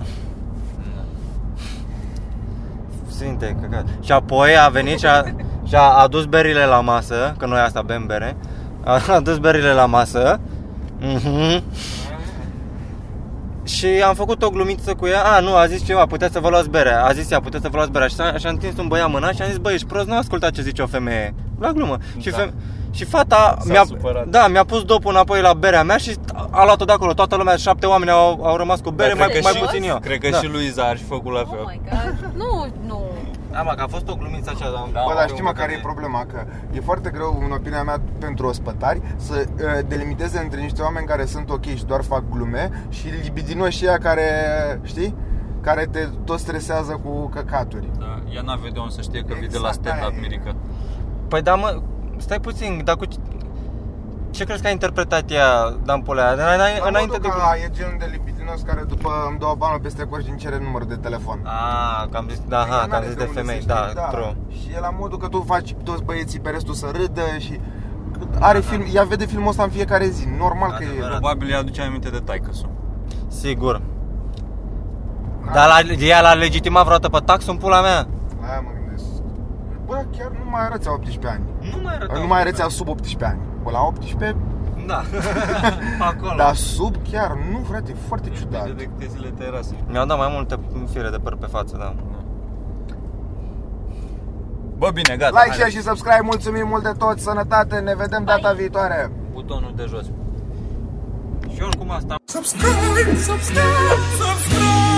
S4: Sinte, căcat. Și apoi a venit și a, și a adus berile la masă, că noi asta bem bere. A adus berile la masă. Mhm. Și am făcut o glumiță cu ea. A, nu, a zis ceva, puteți să vă luați bere. A zis ea, puteți să vă luați bere. Și a, și-a întins un băiat mâna și am zis, băi, ești prost, nu asculta ce zice o femeie. La glumă. Și,
S1: Da.
S4: feme- și fata
S1: S-a
S4: mi-a,
S1: supărat.
S4: da, mi-a pus dopul înapoi la berea mea și a luat-o de acolo. Toată lumea, șapte oameni au, au rămas cu bere,
S1: Dar
S4: mai,
S1: cred că
S4: mai
S1: și-
S4: puțin eu.
S1: Cred că
S4: da.
S1: și Luiza ar fi făcut la
S3: Oh my
S1: fel.
S3: god. Nu, nu.
S4: Da, mă, că a fost o glumiță așa, dar...
S1: Da,
S2: Bă,
S1: Au
S2: dar știi mă care e problema? Că e foarte greu, în opinia mea, pentru ospătari să uh, delimiteze între niște oameni care sunt ok și doar fac glume și libidinoși ăia care, știi? Care te tot stresează cu căcaturi.
S1: Da, ea n-a vedea unde să știe că vii de la
S2: Exact,
S1: stand-up,
S2: aia e.
S1: Mirica.
S4: Păi da, mă, stai puțin, dar cu... ce- Ce crezi că a interpretat ea, Dan Polea? În- în-
S2: Dar
S4: Înainte de...
S2: mă duc la- E genul de libidinos care după îmi dau banul peste coș din cere număr de telefon.
S4: A, că am zis, da, ha, că am
S2: n-are
S4: zis
S2: pe
S4: de
S2: unde
S4: femei,
S2: să
S4: da,
S2: știi,
S4: true.
S2: Și e la modul că tu faci toți băieții pe restul să râdă și are film, ea vede filmul ăsta în fiecare zi, normal că e.
S4: Da, Adevărat.
S1: Probabil îi aduce aminte de taică
S4: Sigur.
S2: Da.
S4: Dar la, ea l-a legitimat vreodată pe tax în pula mea?
S2: La aia mă gândesc. Bă, chiar nu mai arăți la 18 ani.
S4: Nu mai arăta.
S2: nu mai arăți la sub 18 ani. Bă, la 18,
S4: Da. Acolo.
S2: dar sub chiar nu, frate, e foarte ciudat.
S1: De câte zile te-ai ras.
S4: Mi-au dat mai multe fire de păr pe față, da.
S1: Bă, bine, gata.
S2: Like,
S1: hai.
S2: share și subscribe, mulțumim mult de tot, sănătate, ne vedem data viitoare.
S1: Butonul de jos.
S4: Și oricum asta
S6: subscribe, subscribe, subscribe.